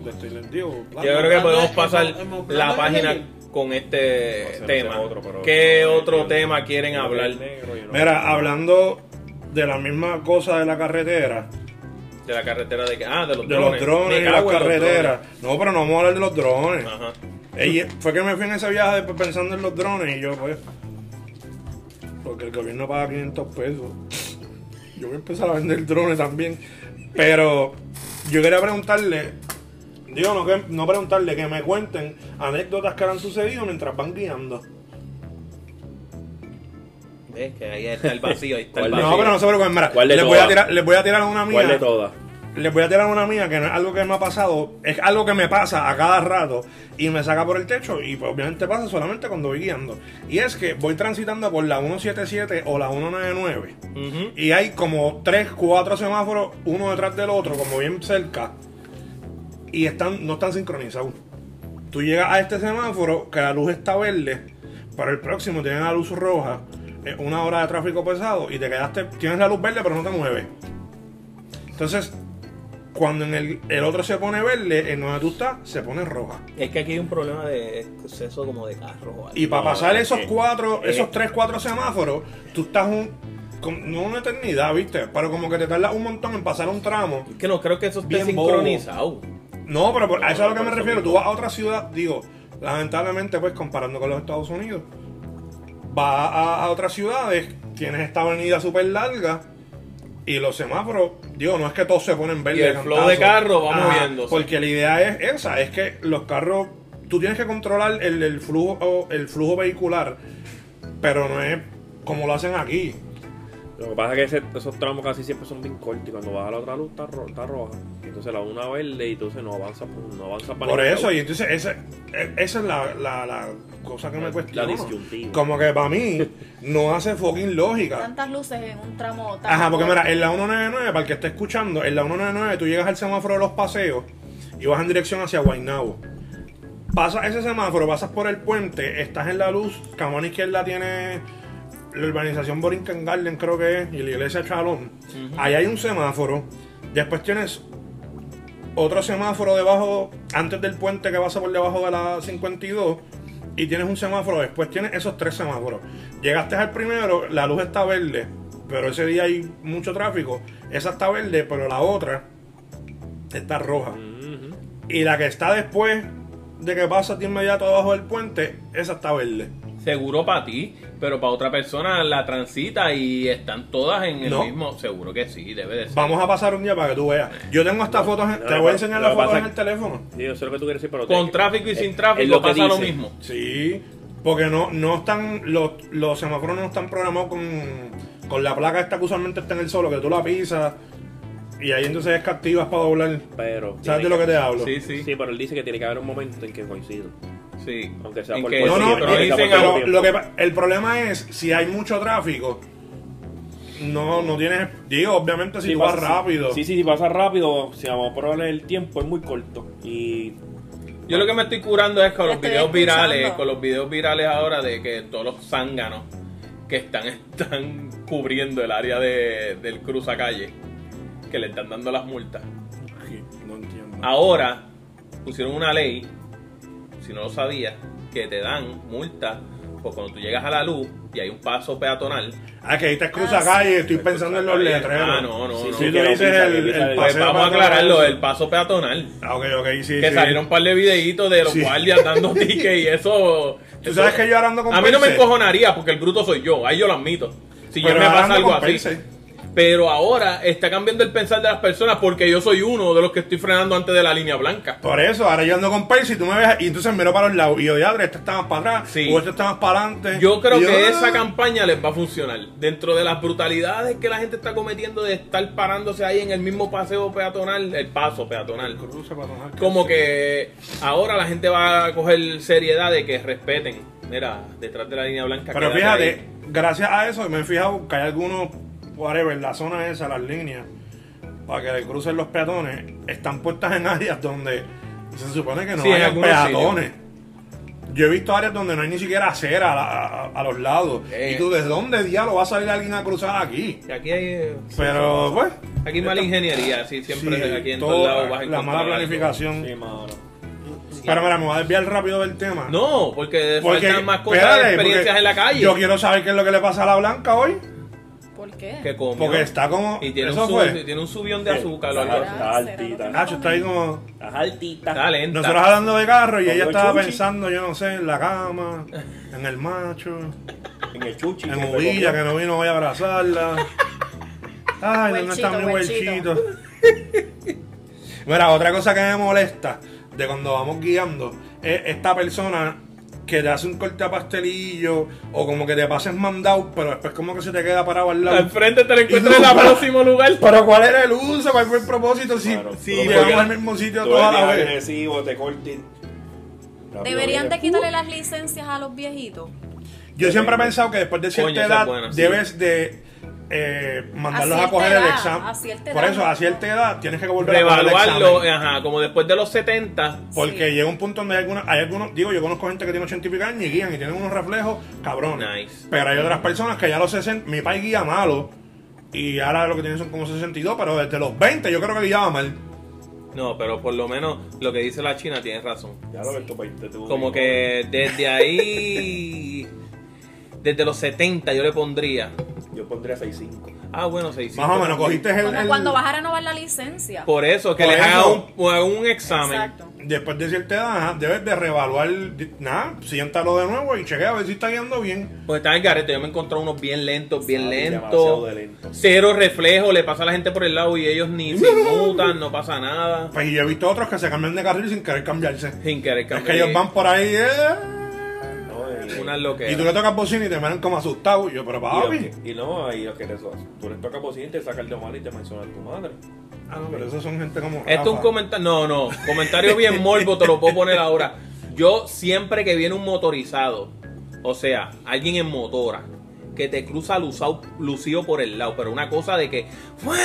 A: de Styler, digo,
C: Yo
A: plana.
C: creo que podemos
D: Hemos-
C: pasar
D: hemos-
C: la
D: hemos-
C: página con este
E: No sé, no sé
C: tema.
E: otro, pero-
C: ¿Qué
E: no,
C: otro
E: yo-
C: tema quieren
E: yo
C: hablar
E: el
C: de
E: negro y no-
A: Mira, hablando de la misma cosa de la carretera,
C: la carretera de que ah de los
A: de
C: drones?
A: los drones y
C: Me
A: las
C: cago en los
A: carreteras. No, pero no vamos a hablar de los drones.
C: drones. Ajá.
A: Ey, fue que me fui en ese viaje después pensando en los drones y yo, pues. Porque el gobierno paga 500 pesos. Yo voy a empezar a vender drones también. Pero yo quería preguntarle, digo, no, que, no preguntarle, que me cuenten anécdotas que han sucedido mientras van guiando.
C: Ves que ahí está el vacío, ahí está el
E: ¿Cuál
C: vacío.
A: No, pero no se preocupen, mira.
E: ¿Cuál de
A: les, voy a
E: todas?
A: tirar, les voy a tirar una mía.
E: ¿Cuál de todas?
A: Les voy a tirar una mía que no es algo que me ha pasado, es algo que me pasa a cada rato y me saca por el techo y pues, obviamente pasa solamente cuando voy guiando. Y es que voy transitando por la 177 o la 199
C: Ujú.
A: y hay como 3, 4 semáforos uno detrás del otro, como bien cerca, y están, no están sincronizados. Tú llegas a este semáforo que la luz está verde, pero el próximo tiene la luz roja, es una hora de tráfico pesado y te quedaste, tienes la luz verde pero no te mueves. Entonces, cuando en el, el otro se pone verde, en donde tú estás, se pone roja.
F: Es que aquí hay un problema de exceso como de carros o algo.
A: Y para
E: No,
A: pasar
E: es
A: esos
E: que-
A: cuatro,
E: es-
A: esos tres, cuatro semáforos, tú estás un, con- no una eternidad, ¿viste? Pero como que te tardas un montón en pasar un tramo.
C: Es que no creo que eso esté
A: Bien
C: sincronizado.
A: No, pero por- a eso es a lo que
E: No,
A: me
E: por
A: refiero.
E: eso
A: Tú vas a otra ciudad, digo, lamentablemente, pues comparando con los Estados Unidos, vas a, a otras ciudades, tienes esta avenida súper larga y los semáforos, digo, no es que todos se ponen verde.
C: Y el
A: de
C: flow de
A: cantazo.
C: carro va moviéndose.
A: Porque la idea es esa, es que los carros, tú tienes que controlar el, el flujo, el flujo vehicular, pero no es como lo hacen aquí.
E: Lo que pasa es que ese- esos tramos casi siempre son bien cortos y cuando baja la otra luz está, ro- está roja. Y entonces la una verde y entonces no avanza, por- no avanza para
A: Por
E: ningún
A: eso,
E: lado.
A: y entonces ese- e- esa es la, la- la cosa que me
E: La
A: cuestiona.
E: disyuntiva.
A: Como que para mí no hace fucking lógica.
B: Tantas luces en un tramo tan
A: Ajá, porque
B: corto.
A: mira, en la 199, para el que esté escuchando, en la 199 tú llegas al semáforo de los paseos y vas en dirección hacia Guaynabo. Pasas ese semáforo, pasas por el puente, estás en la luz, Camón Izquierda tiene la urbanización Borinquen Garden, creo que es, y la iglesia Chalón. Ahí hay un semáforo, después tienes otro semáforo debajo, antes del puente que pasa por debajo de la 52, y tienes un semáforo, después tienes esos tres semáforos. Llegaste al primero, la luz está verde, pero ese día hay mucho tráfico, esa está verde, pero la otra está roja. Y la que está después de que pasa de inmediato abajo del puente, esa está verde.
C: Seguro para ti, pero para otra persona la transita y están todas en el
A: No.
C: mismo. Seguro que sí, debe de ser.
A: Vamos a pasar un día para que tú veas. Yo tengo estas fotos, en-
E: no,
A: te
E: no,
A: voy a enseñar
E: no,
A: las
E: lo que
A: fotos en
E: pasa
A: el teléfono.
E: Sí, yo sé lo que tú quieres decir, pero...
C: Con
E: tienes que-
C: tráfico y
E: es-
C: sin
E: es
C: tráfico
E: lo que
C: pasa lo
E: dice.
C: mismo.
A: Sí, porque no, no están, los, los semáforos no están programados con, con la placa esta que usualmente está en el solo, que tú la pisas y ahí entonces es que activas para doblar.
E: Pero...
A: ¿Sabes
E: tiene
A: de lo que te hablo?
C: Sí, sí.
E: Sí, pero él dice que tiene que haber un momento en que coincidan.
C: Sí.
E: Aunque sea
C: En
E: por
C: que
E: cuerpo,
A: No, no,
E: pero
A: no,
E: ahí
A: dicen,
E: está
C: sincronicen a
E: por
A: pero
C: los-
E: tiempo.
A: lo que pa- el problema es si hay mucho tráfico, no, no tienes, digo, obviamente si
E: Sí,
A: tú vas
E: pasa-
A: rápido.
E: Sí, sí, si pasa rápido, si vamos a probar el tiempo, es muy corto. Y
C: Yo lo que me estoy curando es
B: Lo
C: con los
B: estoy
C: videos virales,
B: escuchando.
C: con los videos virales ahora de que todos los zánganos que están, están cubriendo el área de, del cruzacalle, que le están dando las multas.
A: No entiendo.
C: Ahora pusieron una ley, si no lo sabías, que te dan multa por cuando tú llegas a la luz y hay un paso peatonal.
A: Ah, que ahí te cruza calle, estoy pensando en los
C: Cruzacalle.
A: letreros.
C: Ah, no, no, no.
A: Si
E: sí,
A: tú
E: que lo
A: dices
E: pisa,
A: el,
E: que pisa
A: el
E: el-
C: Pues
A: paseo
C: vamos a
A: peatonal.
C: aclararlo, el paso peatonal.
A: Ah, ok, ok, sí,
C: que
A: sí.
C: salieron un par de videitos de los
A: Sí.
C: guardias dando tickets y eso.
A: Tú
C: eso-
A: sabes que yo ahora ando con
C: A mí no me
A: Pence.
C: encojonaría porque el bruto soy yo, ahí yo lo admito. Si
A: Pero
C: yo me
A: ahora
C: pasa
A: ando
C: algo
A: Pues con
C: así.
A: Pence.
C: Pero ahora está cambiando el pensar de las personas porque yo soy uno de los que estoy frenando antes de la línea blanca.
A: Por eso, ahora yo ando con Percy y tú me ves y entonces miro para los lados y yo, diadre, este está más para atrás
C: Sí.
A: o este está más para adelante.
C: Yo creo
A: Y
C: que
A: ah,
C: esa campaña les va a funcionar. Dentro de las brutalidades que la gente está cometiendo de estar parándose ahí en el mismo paseo peatonal, el paso peatonal.
A: cruce para tomar
C: Como
A: café.
C: que ahora la gente va a coger seriedad de que respeten. Mira, detrás de la línea blanca.
A: Pero
C: quédate
A: fíjate,
C: ahí.
A: gracias a eso me he fijado que hay algunos, whatever, la zona esa, las líneas, para que le crucen los peatones, están puestas en áreas donde se supone que no
C: Sí, en
A: hay
C: algunos
A: peatones. Yo he visto áreas donde no hay ni siquiera acera a, la- a- a los lados.
C: Eh.
A: ¿Y tú de dónde diablo va a salir alguien a cruzar aquí?
C: Y Aquí hay.
A: Pero, pues,
C: Aquí hay mala ingeniería, sí, siempre
A: sí,
C: aquí en
A: todo-
C: todos lados vas a
A: la
C: encontrar
A: mala
C: algo.
A: planificación.
E: Sí, mano.
A: Pero mira, me voy a desviar rápido del tema.
C: No, porque, faltan más cosas,
A: espérate,
C: experiencias
A: porque
C: en la calle.
A: Yo quiero saber qué es lo que le pasa a la blanca hoy.
B: ¿Por qué?
C: Que comió.
A: Porque está como.
C: Y tiene
A: eso
C: un,
A: fue.
C: sub- y tiene un subión de
E: Sí.
C: azúcar o
E: Está
C: algo así.
B: Será,
E: alta,
B: será lo que
E: altita.
B: no
A: Nacho está ahí como.
E: Estás altita.
C: Está lenta.
A: Nosotros hablando de carro y
E: Como
A: ella
E: el
A: estaba
E: chuchi.
A: pensando, yo no sé, en la cama, en el macho,
E: En el chuchi.
A: en
E: que te
A: Uvilla, que
E: comió.
A: no vino voy a abrazarla. Ay, ¿dónde
B: Huelchito,
A: está mi
B: huelchito.
A: huelchito? Mira, otra cosa que me molesta de cuando vamos guiando es esta persona que te hace un corte a pastelillo o como que te pases mandado, pero después como que se te queda parado al lado.
C: Al frente te lo encuentras en el próximo lugar.
A: Pero ¿cuál era el uso? ¿Cuál fue el propósito? Si,
E: Claro,
A: si
E: pero
A: llegamos
E: porque
A: al mismo sitio
E: Tú eres
A: toda la
E: bien
A: vez.
E: agresivo, te cortes.
B: Deberían de quitarle las licencias a los viejitos.
A: Yo siempre he pensado que después de cierta
C: Coño, esa es
A: edad
C: buena, sí.
A: debes de eh, mandarlos
B: A
A: a,
B: cierta
A: coger el
B: edad,
A: examen.
B: a cierta
A: Por
B: edad.
A: eso, a cierta edad tienes que volver a coger el
C: Revaluarlo,
A: examen.
C: ajá, como después de los 70.
A: Porque
B: Sí.
A: llega un punto donde hay algunos, hay algunos, digo, yo conozco gente que tiene 80 y pico años y guían y tienen unos reflejos cabrones.
C: Nice.
A: Pero hay otras personas que ya a los 60, mi país guía malo y ahora lo que tienen son como 62, pero desde los 20 yo creo que guiaba mal.
C: No, pero por lo menos lo que dice la China tiene razón.
E: Ya lo ves, tu país te tuvo
C: Como que desde ahí. Desde los 70 yo le pondría.
E: Yo pondría 6-5.
C: Ah, bueno, 600.
A: Más o menos, cogiste el,
B: Bueno,
A: el-
B: cuando vas a renovar la licencia.
C: Por eso, que
A: Por
C: les haga
A: eso.
C: un, o haga un examen.
B: Exacto.
A: después de cierta edad ajá, debes de revaluar, nada, siéntalo de nuevo y chequea a ver si está guiando bien.
C: Pues estaba en garete, yo me encontré unos bien lentos, bien
E: Sabe, demasiado
C: lentos.
E: de lento.
C: Cero reflejo, le pasa a la gente por el lado y ellos ni se mutan, no pasa nada.
A: Pues y yo he visto otros que se cambian de carril sin querer cambiarse.
C: Sin querer
A: Es
C: cambiar.
A: que ellos van por ahí eh,
E: No, y-
C: Una
A: y tú
C: loquera.
A: le tocas bocina y te miran como asustado. Y yo, pero
E: Y,
A: papi.
E: los que- y no, y los que te so- tú les tocas bocina y te saca el de mal y te menciona a tu madre.
A: Ah, no, pero esos son gente como.
C: Esto es un
A: Rafa.
C: comentario. No, no. Comentario bien morbo, te lo puedo poner ahora. Yo siempre que viene un motorizado, o sea, alguien en motora, que te cruza luzao- lucido por el lado, pero una cosa de que. ¡fua!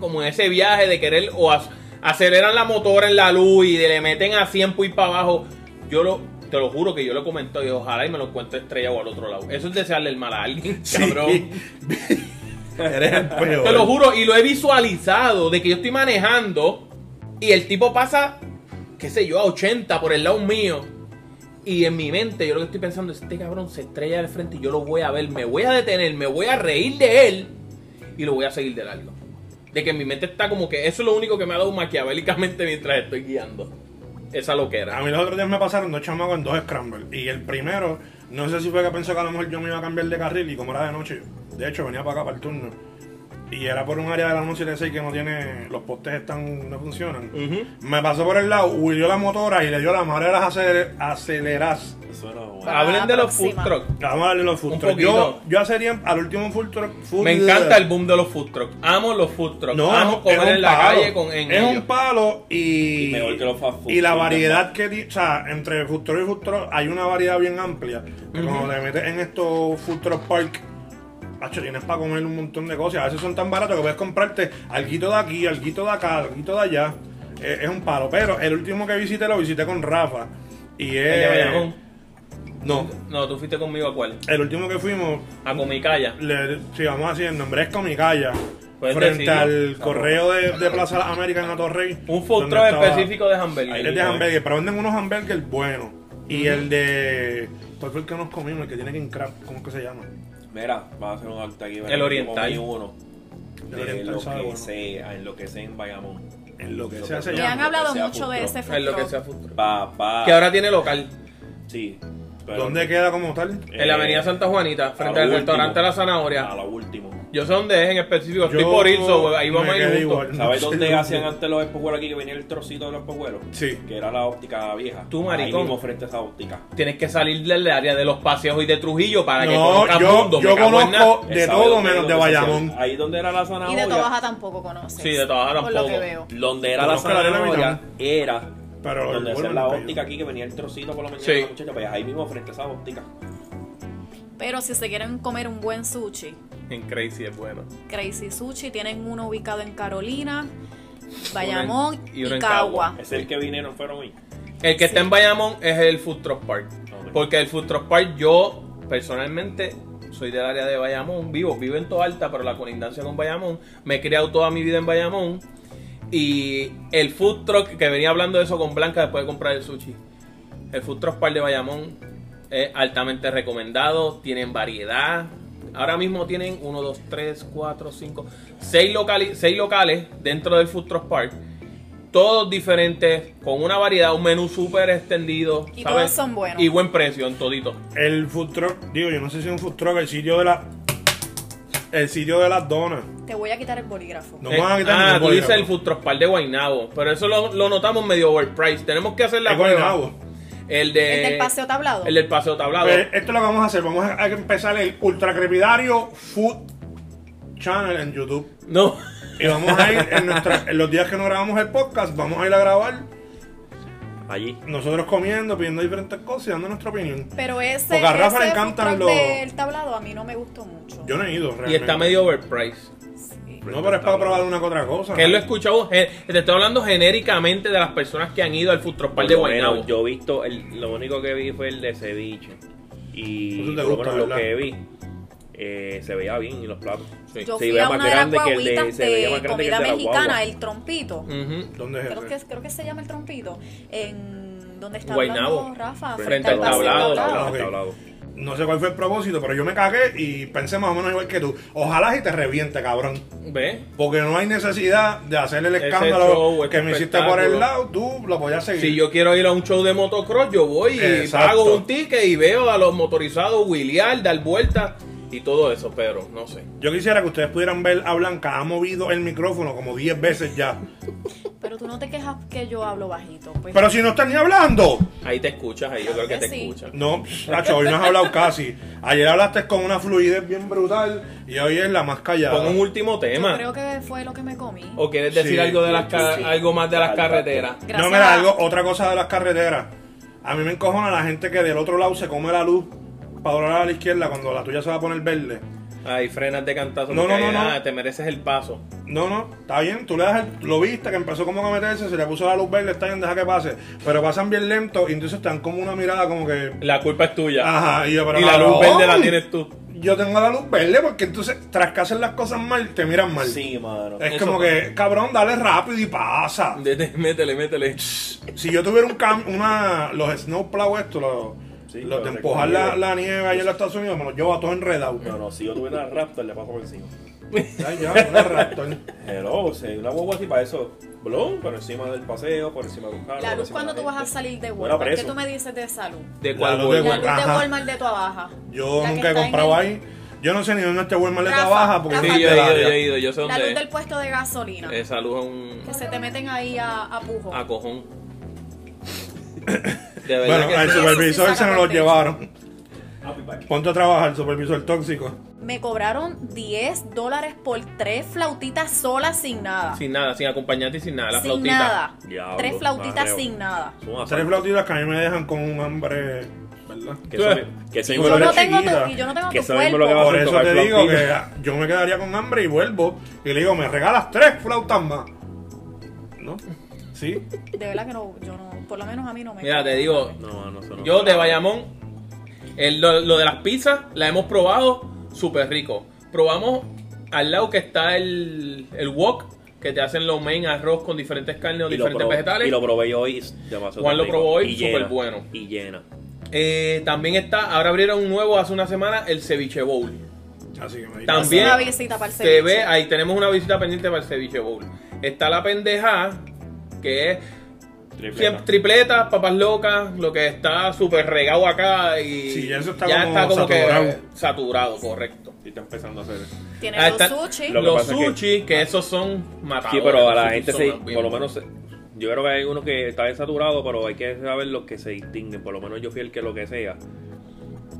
C: Como en ese viaje de querer o ac- aceleran la motora en la luz y le meten a 100 y para abajo. Yo lo. Te lo juro que yo lo comento y ojalá y me lo encuentre estrellado al otro lado. Eso es desearle el mal a alguien, cabrón.
A: Eres el peor.
C: Te lo juro, y lo he visualizado de que yo estoy manejando y el tipo pasa, qué sé yo, a 80 por el lado mío. Y en mi mente yo lo que estoy pensando es, este cabrón se estrella del frente y yo lo voy a ver, me voy a detener, me voy a reír de él y lo voy a seguir de largo. De que en mi mente está como que eso es lo único que me ha dado maquiavélicamente mientras estoy guiando. Esa
A: A
C: loquera.
A: mí los otros días me pasaron dos chamacos en dos Scramble. Y el primero, no sé si fue que pensó que a lo mejor yo me iba a cambiar de carril. Y como era de noche, de hecho venía para acá para el turno. Y era por un área de la 176 que no tiene. Los postes están, no funcionan. Me pasó por el lado, huyó la motora y le dio la madre de las aceler- aceleras.
E: Eso no, bueno.
B: Ah,
C: Hablen de los food
B: próxima.
C: trucks.
A: Vamos a darle los food
C: Un
A: trucks. Yo,
C: poquito.
A: yo hace tiempo, al último food truck. food-
C: Me encanta el boom de los food trucks. Amo los food trucks.
A: No,
C: Amo
A: es un
C: comer en la
A: palo.
C: calle con en
A: Es
C: ellos.
A: un palo y.
E: Y mejor que los fast food.
A: y la variedad que. di- O sea, entre food truck y food truck hay una variedad bien amplia. Que cuando te metes en estos food truck park. Hacho, tienes para comer un montón de cosas. A veces son tan baratos que puedes comprarte alguito de aquí, alguito de acá, alguito de allá. Eh, es un palo. Pero el último que visité lo visité con Rafa. Y
C: El de
A: es.
C: Bayamón.
A: No.
C: No, tú fuiste conmigo a cuál?
A: El último que fuimos,
C: A Comicaya.
A: le, si vamos así, el nombre es Comicaya.
C: Puedes
A: Frente
C: decirlo.
A: al correo de, de Plaza América en Atorrey.
C: Un food
A: donde
C: truck
A: estaba-
C: específico de
A: Ahí
C: hamburguesas.
A: es de hamburguer, pero venden unos hamburgues buenos. Y el de. ¿Cuál fue el que nos comimos? El que tiene King Crab, ¿cómo es que se llama?
E: Mira, va a hacer un alta aquí.
C: El oriental.
E: Hay uno. De
A: oriental
E: lo
A: sabe
E: que
A: bueno.
E: sea, en lo que sea en Bayamón.
A: En lo que
E: Lo
A: sea
E: que
A: se
B: Y
E: sea. Ya,
B: han
A: llama.
E: haga-
B: hablado
E: que sea
B: mucho de
E: food
B: ese
E: truck.
B: food
C: Es lo que
B: truck.
C: sea food truck.
A: Ah.
E: Papá.
C: Que ahora tiene local.
E: Sí. pero-
A: ¿Dónde queda como tal?
E: Eh,
C: En la avenida Santa Juanita,
E: a
C: frente
E: lo
C: al
E: último.
C: restaurante La
E: A
C: Zanahoria.
E: lo último.
C: Yo sé dónde es en específico. Estoy
A: Yo
C: por ir, so, ahí vamos
A: me
C: a ir
A: quedé
C: juntos.
A: igual.
E: ¿Sabes
A: Sí,
E: dónde
A: sí.
E: hacían antes los espejuelos aquí que venía el trocito de los espejuelos?
A: Sí.
E: Que era la óptica vieja.
C: Tú, maricón.
E: Ahí mismo frente a esa óptica.
C: Tienes que salir del área de los paseos y de Trujillo para que
A: No,
C: conozcas
A: yo-
C: mundo.
A: yo
C: me cago en
A: conozco- De
C: nada.
E: Él sabe
A: todo
E: dónde es,
A: menos de
E: dónde se hacía.
A: Bayamón.
E: Ahí donde era la
B: Y
E: zanahoria.
B: de Tobaja tampoco conoces.
C: Ah, oh, Sí, de Tobaja
B: Por lo que
C: tampoco.
B: veo.
E: Donde era la
A: Conozco la arena
E: zanahoria
A: Vitón.
E: era
A: Pero
E: donde
A: el
E: hacían
A: vuelo
E: la
A: no cayó.
E: óptica aquí que venía el trocito por la mañana.
C: Sí.
E: de la muchacha, pues ahí mismo frente a esa óptica.
B: Pero si se quieren comer un buen sushi,
C: En Crazy es bueno.
B: Crazy Sushi, tienen uno ubicado en Carolina, Bayamón
C: y
B: y,
C: uno en
B: Cagua.
E: Es el que vinieron, fueron hoy.
C: El que
B: Sí.
C: está en Bayamón es el Food Truck Park.
E: Ok.
C: Porque el Food Truck Park, yo personalmente soy del área de Bayamón, vivo, vivo en Toa Alta, pero la colindancia con Bayamón. Me he criado toda mi vida en Bayamón. Y el Food Truck, que venía hablando de eso con Blanca después de comprar el sushi. El Food Truck Park de Bayamón es altamente recomendado, tienen variedad. Ahora mismo tienen 1, 2, 3, 4, 5, 6 locales, seis locales dentro del Food Truck Park. Todos diferentes, con una variedad, un menú súper extendido.
B: Y
C: ¿sabes?
B: todos son buenos.
C: Y buen precio en todito.
A: El food truck, digo, yo no sé si es un food truck, el sitio de la. El sitio de las donas.
B: Te voy a quitar el bolígrafo.
A: No me van a quitar
C: ah,
A: ningún
C: tú dices
A: bolígrafo.
C: el Food Truck Park de Guaynabo. Pero eso lo, lo notamos medio overpriced. Tenemos que hacer la
A: Es
C: prueba.
A: Guaynabo.
C: El de...
B: ¿El del paseo tablado?
C: El del paseo tablado.
A: Pues esto es lo que vamos a hacer. Vamos a a empezar el Ultra Crepidario Food Channel en YouTube.
C: No.
A: Y vamos a ir en, nuestra- en los días que no grabamos el podcast, vamos a ir a grabar
E: Allí.
A: nosotros comiendo, pidiendo diferentes cosas y dando nuestra opinión.
B: Pero ese,
A: Porque a Rafa
B: ese
A: le encantan
B: food truck
A: los-
B: del tablado a mí no me gustó mucho.
A: Yo no he ido
C: Y
A: realmente.
C: está medio overpriced.
B: Sí.
A: No, pero es para probar una que otra cosa.
C: Que él lo escuchó, eh, te estoy hablando genéricamente de las personas que han ido al Futuro Park de
E: Por lo menos,
C: Guaynabo.
E: Yo he visto, el- lo único que vi fue el de ceviche. Y
A: Eso te
E: por lo,
A: gusta,
E: menos lo
A: ¿verdad?
E: que vi eh, se veía bien y los platos.
C: Sí.
B: Yo
E: Se
B: fui
E: veía
B: a
E: más
B: una de las
E: grande que el de-
B: guaguitas
E: se
B: de,
E: veía más grande que el
B: comida
E: de la
B: mexicana,
E: guagua.
B: el trompito.
C: Ujú.
A: ¿Dónde es
B: Creo
A: ese?
B: que, creo que se llama el trompito. En donde está
C: Guaynabo.
B: hablando Rafa.
C: Ah, Frente al
B: paseo
C: tablado,
A: tablado.
E: Al tablado.
A: No sé cuál fue el propósito, pero yo me cagué y pensé más o menos igual que tú. Ojalá y te reviente, cabrón.
C: ¿Ve?
A: Porque no hay necesidad de hacer el
C: Ese
A: escándalo
C: show, este
A: que me hiciste por el
C: espectáculo.
A: lado, tú lo podías seguir.
C: Si yo quiero ir a un show de motocross, yo voy y
A: Exacto.
C: pago un ticket y veo a los motorizados wheelear, dar vueltas y todo eso, pero no sé.
A: Yo quisiera que ustedes pudieran ver a Blanca, ha movido el micrófono como 10 veces ya.
B: Pero tú no te quejas que yo hablo bajito. Pues
A: Pero si no están ni hablando.
C: Ahí te escuchas, ahí yo creo
B: Claro
C: que
B: que
C: te
B: sí.
C: escuchas.
A: No, Nacho, hoy no has hablado casi. Ayer hablaste con una fluidez bien brutal y hoy es la más callada.
C: Pon un último
B: yo
C: tema.
B: creo que fue lo que me comí.
C: ¿O quieres decir
A: Sí.
C: algo de las ca-
B: Sí.
C: algo más de las
E: Al-
C: carreteras?
B: Gracias
A: no, mira,
B: a-
A: algo, otra cosa de las carreteras. A mí me encojona la gente que del otro lado se come la luz para doblar a la izquierda cuando la tuya se va a poner verde.
C: Ay, frenas de cantazo.
A: No,
C: porque
A: no, no,
C: ahí,
A: no.
C: ah, Te mereces el paso.
A: No, no, está bien, tú le das el, lo viste que empezó como a meterse, se le puso la luz verde, está bien, deja que pase. Pero pasan bien lento y entonces están como una mirada como que...
C: La culpa es tuya.
A: Ajá, y yo, pero
C: y la luz
A: cabrón,
C: verde la tienes tú.
A: Yo tengo la luz verde porque entonces tras que hacen las cosas mal, te miran mal.
E: Sí, mano.
A: Es
C: Eso
A: como
C: pasa.
A: que, cabrón, dale rápido y pasa.
C: De- de- Métele, métele.
A: Si yo tuviera un cam, una, los snowplow estos, los,
E: Sí,
A: los de
E: los
A: empujar la,
E: recogidos.
A: la nieve allá en los Estados Unidos, me los llevo a todos enredados.
E: No, no, si yo tuviera una Raptor, le paso por encima.
A: Ya, ya, una Raptor.
E: Hello, o sea, una guagua así para eso. Blum, por encima del paseo, por encima de un carro.
B: La
E: por
B: luz
E: encima de
B: cuando
E: la
B: tú vas a
E: gente.
B: salir de
E: Fuera
B: Walmart. ¿Qué
E: preso.
B: tú me dices de salud?
C: ¿De
A: La
C: cuál
A: luz de
B: La
C: vuelvo?
B: luz de
A: Ajá.
B: Walmart de tu abaja.
A: Yo
B: La que
A: nunca he
B: está en
A: comprado
B: el-
A: ahí. Yo no sé ni dónde este Walmart le
B: Rafa,
A: trabaja porque
B: Rafa.
A: no
C: Sí,
A: sé
C: yo he
A: del
C: ido,
A: área.
C: yo he ido, yo sé
B: La
C: dónde
B: luz
C: es.
B: del puesto de gasolina.
C: Esa luz es Ah. un
B: Que se te meten ahí a, a pujo.
C: a cojón. De verdad
A: Bueno, al
C: que sí.
B: eso
A: supervisor
B: sí
A: se
B: saca
A: nos lo
B: contexto.
A: llevaron.
E: Happy Pack.
A: Ponte a trabajar, supervisor tóxico.
B: Me cobraron 10 dólares por tres flautitas solas sin nada.
C: Sin nada, sin acompañante y sin nada. La
B: sin
C: flautita.
B: nada.
E: Diablo,
B: tres flautitas
E: marreo.
B: sin nada.
E: Son unas
A: Tres flautitas que a mí me dejan con un hambre, ¿verdad?
E: Que eso me- que eso
A: Y yo
B: Yo
E: mismo lo
B: no
A: Pero
E: que-
B: tengo
A: chiquita,
B: tu, y yo no tengo
E: que
B: tu
E: sabemos lo que
B: cuerpo.
E: va a
A: Por
E: hacer
A: eso
E: tocar
A: te digo
E: flautín.
A: que yo me quedaría con hambre y vuelvo y le digo, me regalas tres flautas más. ¿No? ¿Sí?
B: De verdad que no, yo no, por lo menos a mí no me.
C: Mira, te digo,
E: No, mano, eso no.
C: yo de Bayamón, el- lo, lo de las pizzas, la hemos probado súper rico. Probamos al lado que está el, el wok, que te hacen lo main, arroz con diferentes carnes o
E: Y lo
C: diferentes
E: probé-
C: vegetales.
E: Y lo probé yo hoy. y es demasiado
C: Juan lo
E: rico.
C: probó hoy,
E: Y
C: súper
E: llena,
C: bueno.
E: Y llena.
C: Eh, también está, ahora abrieron un nuevo hace una semana, el ceviche bowl.
A: Así que me
B: Hacer
C: También
B: una visita para el
C: Se
B: ceviche.
C: ve, ahí tenemos una visita pendiente para el ceviche bowl. Está la pendeja, que es
E: Tripleta.
C: Siempre tripletas, papas locas, lo que está súper regado acá y
A: Sí, ya eso está
C: ya
A: como
C: está como
A: saturado.
C: que saturado, correcto.
E: Y está empezando a hacer eso.
B: Tiene
C: Ahí
B: los
C: están
B: sushi.
E: Lo que
C: los
E: pasa es que-
C: sushi, que esos son
E: Sí,
C: matadores.
E: pero a la
C: los
E: gente
C: sushi
E: se,
C: son
E: por lo
C: bien
E: menos, se- yo creo que hay uno que está bien saturado, pero hay que saber los que se distinguen. Por lo menos yo fui el que lo que sea.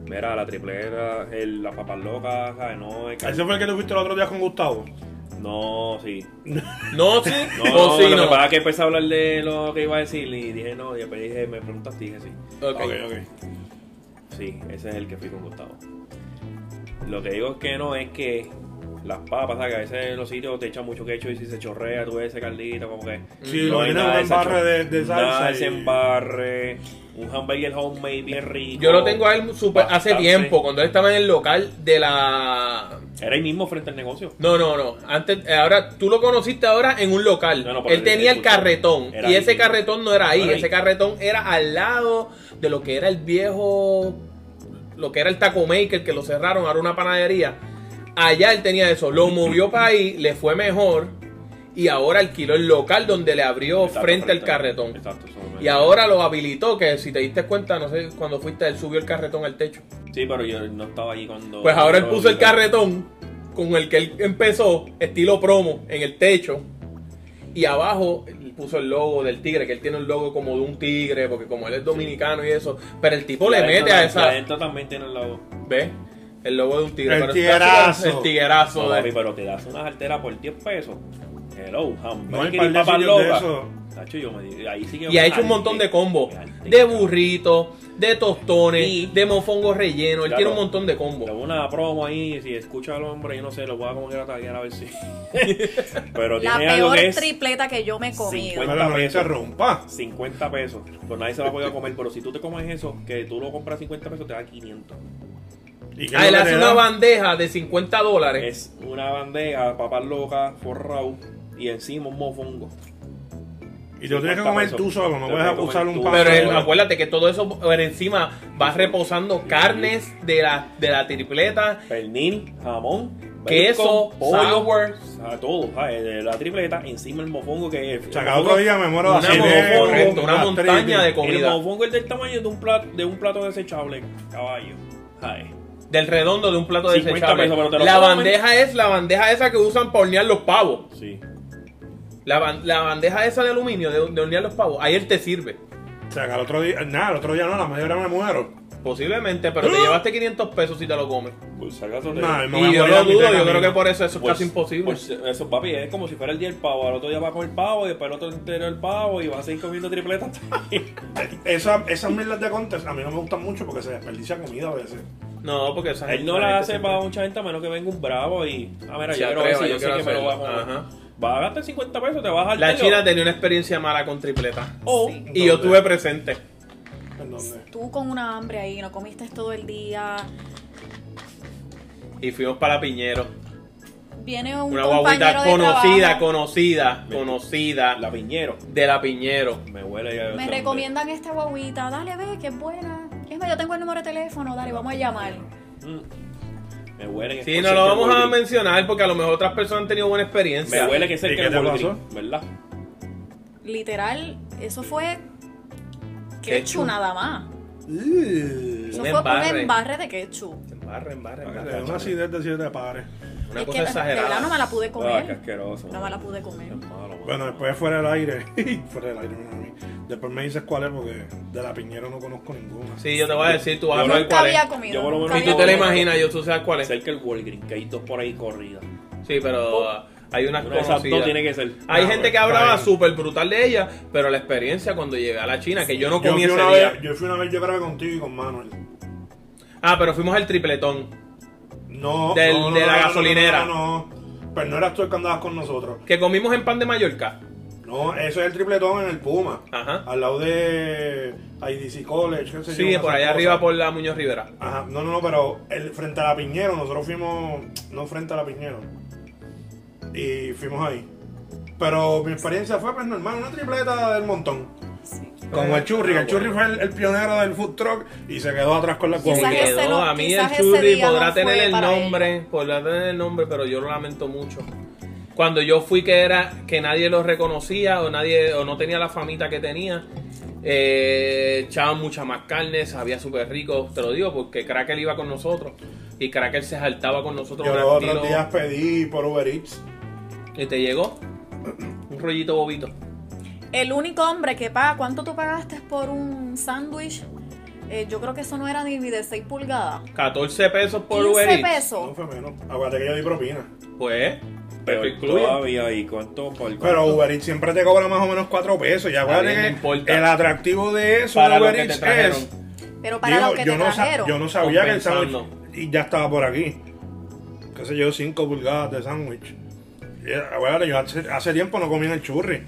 E: Mira, la triplera, el, la papas locas, ¿sabes? no, el cal-
A: Ese fue el que tú fuiste el otro día con Gustavo.
E: no, sí.
C: No, sí, no,
E: No, no,
C: Oh, sí,
E: lo que
C: no.
E: pasa es que empecé a hablar de lo que iba a decir y dije no, y después dije, me preguntaste y dije sí.
C: Ok.
E: Sí, ese es el que fui con Gustavo. Lo que digo es que no, es que las papas, ¿sabes? Que a veces en los sitios te echan mucho queso y si se chorrea, tú ves ese caldito, como que...
C: Mm,
A: Sí,
E: no
A: lo
E: hay
A: llenan
E: nada
A: un
E: de esa
A: embarre
E: cho-
A: de, de
E: nada
A: salsa.
E: de ese
A: y-
E: embarre, un hamburger homemade bien rico.
C: Yo lo tengo a él super, hace
E: Bastante.
C: tiempo, cuando él estaba en el local de la...
E: Era ahí mismo frente al negocio.
C: No, no, no. Antes, eh, ahora, tú lo conociste ahora en un local.
E: No, no, pero
C: él
E: el-
C: tenía
E: el
C: el
E: culto-
C: carretón.
E: era
C: Y
E: ahí.
C: ese carretón no era ahí.
E: No era ahí.
C: Ese carretón era al lado de lo que era el viejo. Lo que era el taco maker que lo cerraron. Ahora una panadería. Allá él tenía eso. Lo movió para ahí. Le fue mejor. Y ahora alquiló el local donde le abrió
E: Exacto,
C: frente al carretón.
E: Exacto, eso me-
C: Y ahora lo habilitó. Que si te diste cuenta, no sé, cuando fuiste, él subió el carretón al techo.
E: Sí, pero yo no estaba allí cuando...
C: Pues ahora él puso el
E: cuando-
C: carretón con el que él empezó, estilo promo, en el techo. Y abajo él puso el logo del tigre, que él tiene un logo como de un tigre, porque como él es dominicano y eso. Pero el tipo le
E: La
C: mete
E: gente-
C: a
E: La
C: esa.
E: gente también tiene el lado...
C: ¿Ves? El logo de un tigre.
A: El
C: pero está súper-
A: tiguerazo.
C: El tiguerazo.
E: No,
C: de-
E: papi, pero te das unas alteras por 10 pesos. Hello,
A: No hay
E: hamburger
A: par
E: y
A: de
E: papas
A: sitios de
E: locas.
A: eso.
E: Tacho, yo me- ahí sí que
C: y ha
E: me
C: hecho un
E: harté,
C: montón de combos.
E: me harté.
C: De burritos, de tostones, de mofongo relleno. Él
E: Claro.
C: tiene un montón de combos.
E: Le hago una promo ahí, si escucha al hombre, yo no sé, lo voy a como quiera taguear a ver si. Pero
B: La
E: tiene algo
B: peor
E: que es
B: tripleta que yo me he comido.
A: Pero no me interrumpa.
E: 50 pesos. Pues nadie se la puede comer, pero si tú te comes eso, que tú lo compras 50 pesos, te da 500.
A: ¿Y qué es
C: Ah,
A: lo
C: él
A: que
C: hace
A: te
C: una
A: dan?
C: bandeja de 50 dólares.
E: Es una bandeja, papas locas, forrado y encima un mofongo.
A: Y te lo tienes que comer tú solo, no puedes
E: Te lo tienes que
A: acusar
E: comer
A: un
E: tú.
A: pan.
C: Pero él-
A: solo.
C: acuérdate que todo eso por encima va reposando carnes de la, de la tripleta.
E: Pernil, jamón,
C: Queso,
E: bacon, pollo,
C: sour.
E: a todo, ¿sabes? De la tripleta, encima el mofongo que es.
A: O sea, cada otro día me muero
C: Una,
A: así de
C: montaña,
A: correcto,
C: una montaña de
E: El
C: comida.
E: mofongo es del tamaño de un plato, de un plato desechable, caballo. ¿sabes?
C: Del redondo de un plato de
E: 50
C: desechable.
E: pesos, pero te lo
C: La
E: comen.
C: bandeja es la bandeja esa que usan para hornear los pavos.
E: Sí.
C: La, ban- la bandeja esa de aluminio de, de hornear los pavos. Ahí él te sirve.
A: O sea, que al otro día, nada, al otro día no, a la media hora me muero.
C: Posiblemente, pero
E: ¡Ah!
C: te llevaste 500 pesos si te lo comes.
E: Por si acaso te-
A: Nah, me voy
C: Y
A: a
C: yo
A: morir a mitad
C: lo dudo,
A: de
C: yo creo
A: camino.
C: que por eso eso es
E: Pues-
C: casi imposible.
E: pues eso, papi, es como si fuera el día del pavo. Al otro día vas a comer pavo y después el otro entero el pavo y vas a seguir comiendo tripletas.
A: Esa- esas mierdas de contes a mí no me gustan mucho porque se desperdicia comida a veces.
C: no, porque esa
E: Él no
C: gente-
E: la hace para mucha gente a menos que venga un bravo y. Ah, mira,
C: Se
E: yo quiero
C: atreva,
E: ver si
C: yo
E: yo sé
C: quiero
E: que me lo va a
C: hacerlo.
E: comer.
C: Ajá.
E: Vas a gastar 50 pesos, te vas a
C: La
E: hartar,
C: China
E: yo-
C: tenía una experiencia mala con tripleta.
E: O-
C: Y yo
A: ¿Dónde?
C: tuve presente.
A: ¿En dónde?
B: Tú con una hambre ahí, no comiste todo el día.
C: Y fuimos para Piñero.
B: Viene un
C: Una
B: compañero
C: guaguita
B: de
C: conocida,
B: trabajo.
C: conocida, conocida
E: La piñero.
C: de la Piñero.
E: Me huele ya.
B: Me recomiendan esta guaguita. Dale, ve, que es buena. Es más, yo tengo el número de teléfono. Dale, vamos a llamar.
E: Mm. Me huele.
C: Sí, no lo vamos a mencionar porque a lo mejor otras personas han tenido buena
E: Me
C: experiencia.
E: huele que es
A: ¿Y
E: el que
A: qué
E: es
A: te
E: Walgreens, ¿verdad?
B: Literal, eso fue
C: Ketchup.
B: ketchup nada más. Eso
C: Un
B: fue un
C: embarre.
B: embarre de ketchup.
C: Embarre, embarre,
A: Me
C: embarre.
A: da Una acidez de siete pares.
C: Una
B: es
C: cosa
B: que de verdad no me
C: exagerada.
B: la pude
E: Ah, qué
B: comer.
E: asqueroso.
B: no me la pude comer.
E: Qué malo, mano.
A: Bueno, después fuera del aire. fuera del aire, mira a mí. Después me dices cuál es porque de la piñera no conozco ninguna.
C: Sí, yo te voy a decir, tú vas
E: Yo
C: a
E: no
C: saber
B: Nunca
C: cuál es.
B: había
E: Yo
B: comido.
E: por lo
B: nunca
E: menos-
C: Y
B: había
C: tú te la
B: comido.
C: imaginas, yo tú sabes cuál es.
E: Cerca el Walgreens, que hay dos por ahí corridas.
C: Sí, pero ah, hay unas
E: Oh. Una de esas dos
C: conocidas.
E: tiene que ser.
C: Hay
A: Ah,
C: gente
A: pues,
C: que hablaba
A: está bien.
C: súper brutal de ella, pero la experiencia cuando llegué a la China, que yo no
A: Yo
C: comí
A: fui,
C: ese
A: una
C: día.
A: vez, yo fui una vez, yo grabé contigo y con Manuel.
C: Ah, pero fuimos al tripletón.
A: No,
C: Del-
A: no, no,
C: de la
A: no, no, No,
C: gasolinera.
A: no, no. Pero no eras tú el que andabas con nosotros.
C: Que comimos en pan de Mallorca.
A: No, eso es el tripletón en el Puma.
C: Ajá.
A: Al lado de IDC College, qué sé yo,
C: Sí,
A: una
C: por
A: esa
C: allá
A: cosa.
C: arriba por la Muñoz Rivera.
A: Ajá, no, no, no, pero el, frente a la Piñero, nosotros fuimos, no frente a la Piñero, y fuimos ahí. Pero mi experiencia fue, pues normal, una tripleta del montón.
B: Sí.
A: Como el Churri, que el Churri fue el, el pionero del food truck y se quedó atrás con la
C: Como
B: Quizás
A: cuadrilla.
B: ese
C: quedó,
B: no-
C: a mí el
B: quizás ese
C: churri
B: día
C: podrá
B: no
C: tener
B: fue
C: el
B: para
C: nombre, podrá tener el nombre, pero yo lo lamento mucho. Cuando yo fui que era que nadie los reconocía o nadie o no tenía la famita que tenía, eh, echaban mucha más carne, sabía súper rico, te lo digo, porque Cracker iba con nosotros y Cracker se saltaba con nosotros.
A: Yo
C: un
A: los otros
C: antilo-
A: días pedí por Uber Eats.
C: Y te llegó un rollito bobito.
B: El único hombre que paga, ¿cuánto tú pagaste por un sándwich? Eh, yo creo que eso no era ni de 6 pulgadas.
C: 14 pesos por Uber
B: 15
C: Eats.
A: No
B: pesos.
A: fue menos. Aguante que yo di propina.
C: Pues, pero
E: Pero
C: incluye.
E: todavía, ¿y cuánto? Por cuánto?
A: Pero Uber Eats siempre te cobra más o menos 4 pesos. Y acuérdate
C: bien,
A: que
C: no importa.
A: el atractivo de eso
C: Para
A: de
C: lo
A: Uber
C: que te
A: Eats
C: trajeron.
A: es.
B: Pero para
A: digo,
B: lo que
A: yo
B: te
A: no sa-
B: trajeron.
A: yo no sabía que el sándwich
C: Compensando.
A: y ya estaba por aquí. Qué sé yo, 5 pulgadas de sándwich. Y, Acuérdate, yo hace, hace tiempo no comí en el churri.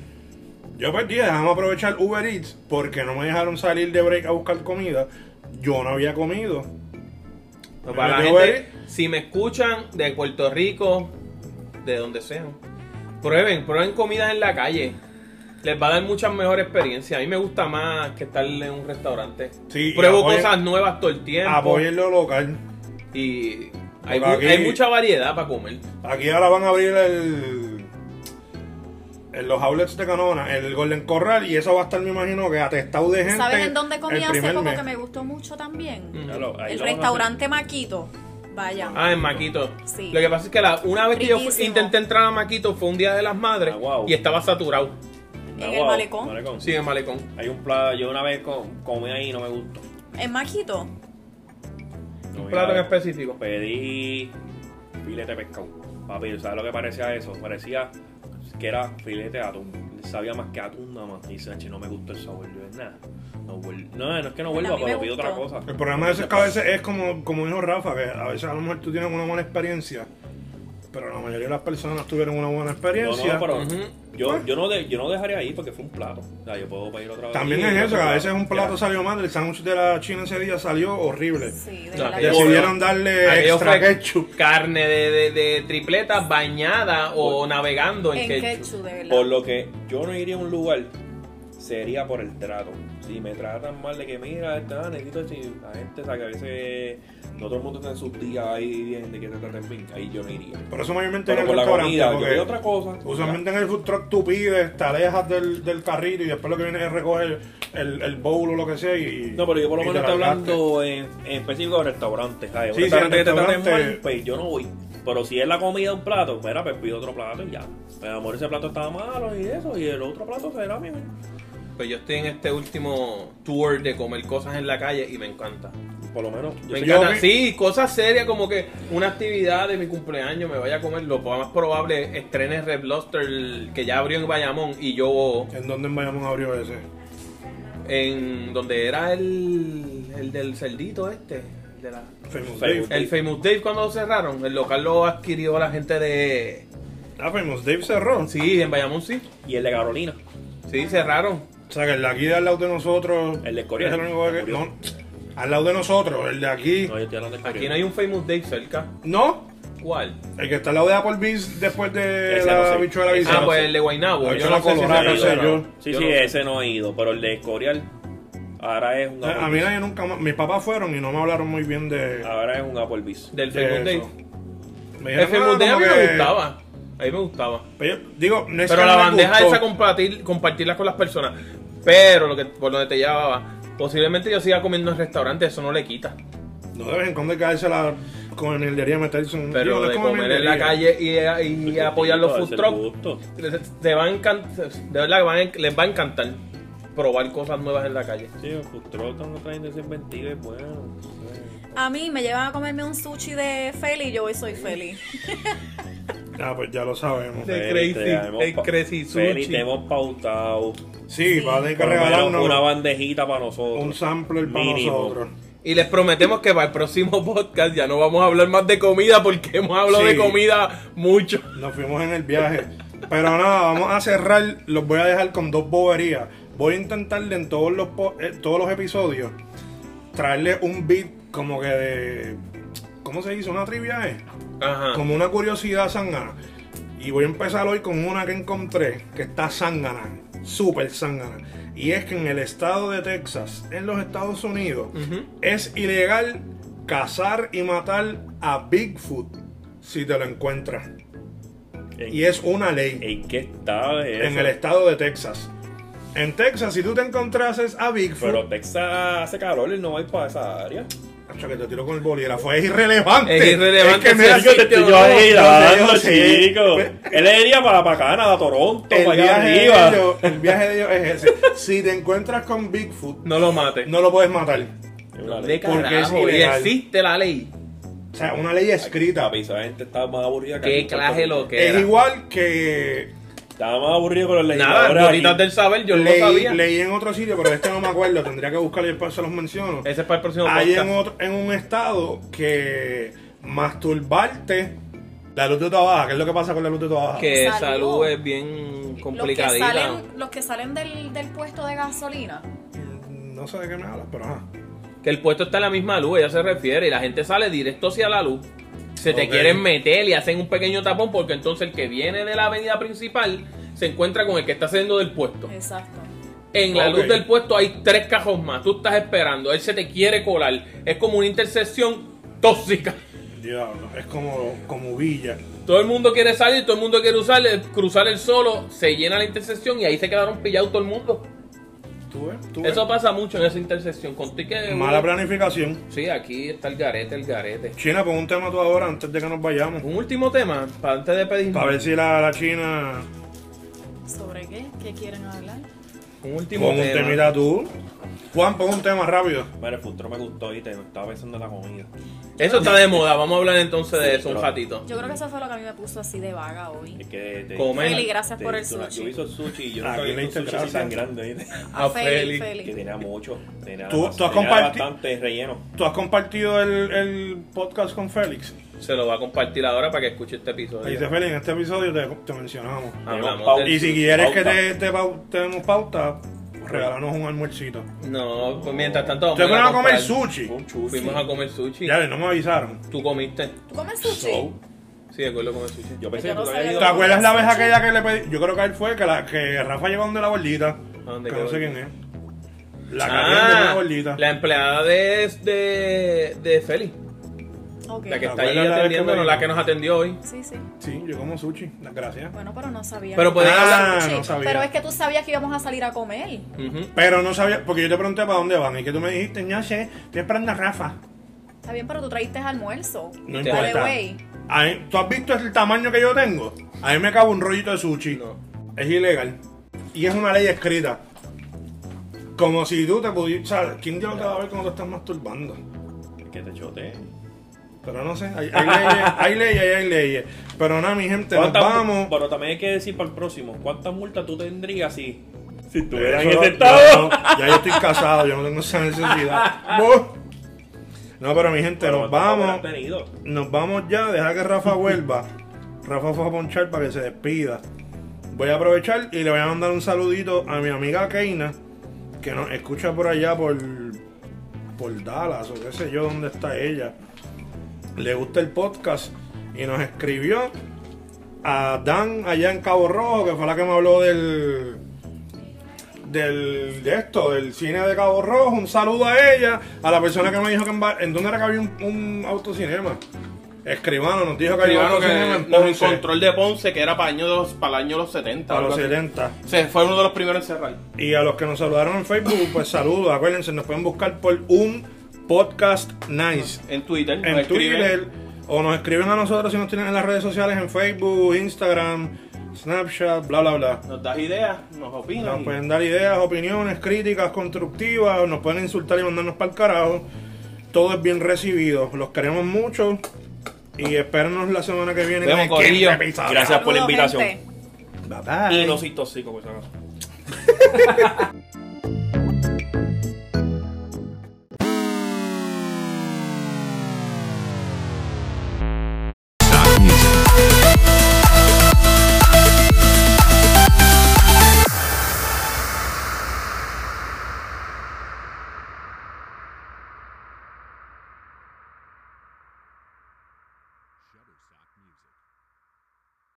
A: Yo perdí, dejamos aprovechar Uber Eats porque no me dejaron salir de break a buscar comida. Yo no había comido.
C: No, para la
A: Yo
C: gente, si me escuchan de Puerto Rico, de donde sean, prueben, prueben comidas en la calle. Les va a dar muchas mejores experiencias. A mí me gusta más que estar en un restaurante.
A: Sí, y
C: Pruebo
A: apoyen-
C: cosas nuevas todo el tiempo.
A: Apoyen lo local.
C: Y
A: Porque
C: hay, mu-
A: aquí-
C: hay mucha variedad para comer.
A: Aquí ahora van a abrir el. En los outlets de Canona, el Golden Corral, y eso va a estar, me imagino, que atestado de gente.
B: ¿Sabes en dónde comí
A: el
B: hace
A: primer
B: poco
A: mes.
B: que me gustó mucho también?
C: Mm.
E: Ya lo- ahí
B: El
E: lo van a
B: restaurante Maquito. Vaya.
C: Ah, en Maquito.
B: Sí.
C: Lo que pasa es que la, una vez que yo fui-
B: Riquísimo.
C: intenté entrar a Maquito fue un día de las madres
E: Ah, wow.
C: y estaba saturado.
E: hacer.
B: en
E: Ah,
B: el
E: wow,
B: malecón.
C: Sí, en Malecón.
E: Hay un plato, yo una vez com- comí ahí y no me gustó.
B: En Maquito.
E: No,
C: Un plato en
E: mira,
C: específico.
E: Pedí filete de pescado. Papi, ¿sabes lo que parecía eso? Parecía que era filete de atún. Sabía más que atún nada más. Y dice, "Che, no me gustó el sabor. Yo, nada. No, vuel- no, no es que no
B: Bueno,
E: vuelva,
B: a mí
E: pero
B: me
E: pido otra
B: gustó.
E: cosa.
A: El problema de eso es que a veces es como, como dijo Rafa, que a veces a lo mejor tú tienes una buena experiencia, pero la mayoría de las personas tuvieron una buena
E: No,
A: experiencia.
E: no, pero
C: Ujú.
A: Pues.
E: yo, yo, no de- yo no dejaría ahí porque fue un plato. O sea, yo puedo pedir otra vez.
A: También
E: y
A: es
E: otro
A: eso, que a veces un plato
E: Ya.
A: salió mal, el sándwich de la china ese día salió horrible.
B: Sí, de
C: No,
B: verdad.
C: aquello-
A: Decidieron darle
C: Aquello
A: extra
C: fue
A: ketchup.
C: Carne de, de, de tripleta bañada o navegando en,
B: En
C: ketchup.
B: ketchup, de verdad.
E: Por lo que yo no iría a un lugar, sería por el trato. Si me tratan mal de que mira, está, necesito si la gente sabe que a veces no todo el mundo está en sus días ahí bien de que te traten bien, ahí yo no iría.
A: Por eso mayormente en
E: Pero
A: el
E: por la
A: restaurante,
E: comida, yo
A: porque
E: pido otra cosa.
A: Usualmente en el food truck tú pides, te alejas del, del carrito y después lo que viene es recoger el, el bowl o lo que sea y...
E: No, pero yo por lo
A: y
E: menos
A: te
E: estoy
A: largaste.
E: hablando en, en específico de restaurantes, ¿sabes?
A: Sí,
E: un restaurante
A: sí,
E: que
A: en
E: te traten
A: restaurante-
E: mal, pues yo no voy. Pero si es la comida un plato, mira, pues pido otro plato y ya. Pero a lo mejor ese plato estaba malo y eso, y el otro plato será bien.
C: Pues yo estoy en este último tour de comer cosas en la calle y me encanta.
E: Por lo menos.
C: Me
E: sé
A: yo
C: encanta.
A: vi-
C: Sí, cosas serias como que una actividad de mi cumpleaños me vaya a comer. Lo más probable estrenes Red Lobster que ya abrió en Bayamón y yo
A: ¿En dónde en Bayamón abrió ese?
C: en donde era el, el del cerdito este. el de la-
A: Famous
E: Famous.
A: Dave.
C: el Famous Dave cuando lo cerraron. El local lo adquirió la gente de...
A: Ah, Famous Dave cerró.
C: Sí, en Bayamón sí.
E: Y el de Carolina.
C: Sí, cerraron.
A: O sea, que el de aquí de al lado de nosotros.
E: El de Escorial.
A: Es el único que.
E: El
A: No, al lado de nosotros, el de aquí.
E: No, yo estoy hablando de
C: Aquí no hay un Famous Dave cerca.
A: No,
C: ¿Cuál?
A: el que está al lado de Applebee's después de
E: Ese no
A: la
E: sé.
A: bichuela
E: Ese
A: guisada.
C: Ah,
E: no
C: pues
E: sé.
C: el de Guaynabo.
A: Ahí
C: Yo
A: son
C: no
A: los
C: sé si
A: colorados,
C: cerraron.
A: ese yo.
E: Sí,
C: Yo
E: sí,
C: no sé.
E: ese no he ido, pero el de Escorial ahora es un
A: Eh, A mí
E: Applebee's.
A: nadie nunca más. Mis papás fueron y no me hablaron muy bien de.
E: Ahora es un Applebee's.
C: Del
A: de
C: Famous Dave.
A: eso. Me
C: El
A: dijeron,
C: Facebook
A: "Ah,
C: Day a mí
A: como
C: me
A: que-".
C: gustaba. A mí me gustaba.
A: Pero yo- digo, no es
C: Pero
A: que
C: la
A: no me
C: bandeja
A: gustó.
C: esa compartir, compartirla con las personas. Pero lo que por donde te llevaba, posiblemente yo siga comiendo en restaurantes, eso no le quita.
A: No de vez en cuando hay que darse la comerdería meterse un.
C: Pero
A: digo, no es
C: de comer en la
A: comildería.
C: calle y, y apoyar los
E: Es
C: food
E: el
C: trucks,
E: gusto.
C: te va a encantar, de verdad que van a- les va a encantar probar cosas nuevas en la calle.
E: Sí, los food trucks no traen de ser y bueno.
B: A mí me llevan a comerme un sushi de Feli y yo hoy soy Feli.
A: Ah, pues ya lo sabemos.
C: Sí. El crazy-
E: Feli, te hemos
C: el
E: pa-
C: crazy
E: Feli,
C: sushi.
E: te hemos pautado.
A: Sí, va a tener que
E: Por lo menos
A: regalarnos
E: una bandejita para nosotros.
A: un sampler para
E: Mínimo.
A: nosotros.
C: Y les prometemos que para el próximo podcast ya no vamos a hablar más de comida porque hemos hablado
A: Sí.
C: de comida mucho.
A: Nos fuimos en el viaje. Pero nada, vamos a cerrar. Los voy a dejar con dos boberías. Voy a intentarle en todos los, po- eh, todos los episodios traerle un beat como que de. ¿Cómo se dice? Una trivia, ¿eh?
C: Ajá.
A: Como una curiosidad sangana. Y voy a empezar hoy con una que encontré que está sangana, súper sangana. Y es que en el estado de Texas, en los Estados Unidos,
C: Ujú.
A: es ilegal cazar y matar a Bigfoot si te lo encuentras.
E: En-
A: Y es una ley
E: ¿En qué está eso?
A: en el estado de Texas. En Texas, si tú te encontrases a Bigfoot,
E: Pero Texas hace calor y no va a ir para esa área.
A: Acho, que te tiro con el bolígrafo. Es irrelevante.
C: Es irrelevante,
A: Es que mira,
C: sí,
A: yo
C: sí,
A: te
C: tío,
A: estoy
C: no,
E: dando,
A: sí.
E: Él iría para, para Canadá, Toronto, para
A: El
E: allá
A: viaje, de
E: arriba.
A: ellos, el viaje de ellos es ese. Si te encuentras con Bigfoot,
C: No lo mate.
A: no lo puedes matar.
C: De
A: Porque es
C: carajo, y
A: ilegal.
C: existe la ley.
A: O sea, una ley escrita.
E: Papi, esa gente está más aburrida
C: Qué
E: aquí en Puerto
C: clase
E: Rico.
C: lo que
A: Es
C: era.
A: igual que
E: Estaba más aburrido con los
C: Nada,
E: legisladores
C: ahorita
E: aquí.
C: del saber, yo no lo
A: leí,
C: sabía.
A: leí en otro sitio, pero de este no me acuerdo. Tendría que buscarlo y después se los menciono.
C: Ese es para el próximo
A: Hay en,
C: Este podcast.
A: otro, en un estado que masturbarte la luz de tu abajo. ¿Qué es lo que pasa con la luz de tu abajo?
C: Que
B: Salud.
C: salud es bien complicadita.
B: Los que salen, los que salen del, del puesto de gasolina.
A: Mm, No sé de qué me hablas, pero ajá.
C: Que el puesto está en la misma luz, ella se refiere, y la gente sale directo hacia la luz. Se te
A: Ok.
C: quieren meter y hacen un pequeño tapón porque entonces el que viene de la avenida principal se encuentra con el que está saliendo del puesto.
B: Exacto.
C: En la
A: Ok.
C: luz del puesto hay tres cajos más, tú estás esperando, él se te quiere colar. Es como una intersección tóxica.
A: Diablo, es como, como Villa.
C: Todo el mundo quiere salir, todo el mundo quiere usar, eh, cruzar el solo, se llena la intersección y ahí se quedaron pillados todo el mundo.
A: ¿Tú ves? ¿Tú ves?
C: Eso pasa mucho en esa intersección. Contigo que.
A: Mala planificación.
C: Sí, aquí está el garete, el garete.
A: China, pon un tema tú ahora antes de que nos vayamos.
C: Un último tema, para antes de pedir.
A: Para ver si la, la China
B: ¿Sobre qué? ¿Qué quieren hablar?
C: Un último
A: pon un
C: tema.
A: temita tú. Juan, pon un tema rápido.
E: Mira, el futuro me gustó y te estaba pensando en la comida.
C: Eso está de moda, vamos a hablar entonces de
B: Sí.
C: eso un
E: Claro.
C: ratito.
B: Yo creo que eso fue lo que a mí me puso así de vaga hoy.
E: Es que te
C: Come.
B: Feli, gracias por el
E: una- Yo
B: sushi.
E: hice el sushi y yo
A: Ah,
E: nunca
A: que
E: había
A: le hice
E: visto un sushi así
A: grasa.
E: tan grande. ¿viste?
C: A
B: Feli,
C: Feli.
E: Que
B: Feli.
E: tenía mucho. Tenía,
A: Tú-
E: bast-
A: tú has
E: tenía
A: comparti-
E: bastante relleno.
A: ¿Tú has compartido el, el podcast con Félix?
C: Se lo va a compartir ahora para que escuche este
A: Ahí dice
C: episodio.
A: Félix, en este episodio te, te mencionamos.
C: Hablamos del-
A: Y si quieres que
E: Pauta.
A: te, te, pau- te demos pauta, regálanos un almuercito.
C: No, pues mientras tanto. vamos
A: Te
C: ir
A: fueron a comer
C: comprar.
A: sushi.
E: Un chulo.
C: Fuimos a comer sushi.
A: Ya, no me avisaron.
C: Tú comiste.
B: ¿Tú comes sushi? Pues
E: So,
C: Sí, de acuerdo con el sushi.
E: yo pensé
B: Yo
E: que
B: no
E: Pues tú
B: sabía
E: habías ido.
A: ¿Te acuerdas la vez aquella que le pedí? Yo creo que él fue, que, la, que Rafa llevó donde la gordita.
C: dónde
A: Que no sé
C: quedó?
A: quién es. La
C: Ah,
A: caliente de una gordita.
C: la empleada de, de, de Feli,
B: Ok.
C: la
A: ¿Te
C: que está
A: acuerdas
C: ahí
A: la vez que
C: atendiéndonos, la
A: venimos?
C: que nos atendió hoy.
B: Sí, sí.
A: Sí, yo como sushi, las gracias.
B: Bueno, pero no sabía.
C: Pero
B: que
C: podían
B: comías
A: hablar-
B: sushi.
A: Ah, no sabía.
B: Pero es que tú sabías que íbamos a salir a comer.
C: Ujú.
A: Pero no sabía, porque yo te pregunté para dónde van y que tú me dijiste, ya sé, estoy esperando a Rafa.
B: Está bien, pero tú traíste almuerzo.
A: No
C: Y te
A: importa.
B: By the
A: A mí- ¿Tú has visto el tamaño que yo tengo? A mí me cabe un rollito de sushi.
C: No.
A: Es ilegal. Y es una ley escrita. Como si tú te pudieras... ¿quién diablos te va a ver cuando te estás masturbando?
E: Que te chote.
A: Pero no sé, hay, hay leyes, hay leyes, hay leyes. Pero nada, mi gente, nos
E: ¿Cuántas-
A: vamos.
E: Pero también hay que decir para el próximo, ¿cuántas multas tú tendrías si,
A: Eso
E: si estuvieras en ese
A: lo-
E: estado?
A: Ya, no, ya yo estoy casado, yo no tengo esa necesidad. Buh. No, pero mi gente, nos vamos. Nos vamos ya, deja que Rafa vuelva. Rafa fue a ponchar para que se despida. Voy a aprovechar y le voy a mandar un saludito a mi amiga Keina, que nos escucha por allá por, por Dallas o qué sé yo dónde está ella. Le gusta el podcast y nos escribió a Dan allá en Cabo Rojo, que fue la que me habló del del de esto, del cine de Cabo Rojo, un saludo a ella, a la persona que me dijo que en, Ba- ¿en dónde era que había un, un autocinema. Escribano nos dijo que había un
G: Claro
A: autocinema en
G: que nos
A: Ponce,
G: encontró el de Ponce, que era para, años de los, para el año de los 70.
A: a
G: algo
A: los
G: así.
A: 70.
G: Se fue uno de los primeros en cerrar.
A: Y a los que nos saludaron en Facebook, pues saludos. Acuérdense, nos pueden buscar por un podcast nice.
G: En Twitter. nos
A: En
G: escriben.
A: Twitter o nos escriben a nosotros si nos tienen en las redes sociales, en Facebook, Instagram, Snapchat, bla, bla, bla.
G: Nos das ideas, nos opinas.
A: Nos
G: y-
A: pueden dar ideas, opiniones, críticas constructivas, nos pueden insultar y mandarnos para el carajo. Todo es bien recibido. Los queremos mucho y espérenos la semana que viene.
C: Vemos,
A: en el quinto
C: corillo.
A: episodio.
E: Gracias por la
B: way.
E: invitación.
B: Gente.
A: Bye, bye.
E: Y no soy tóxico, por si acaso.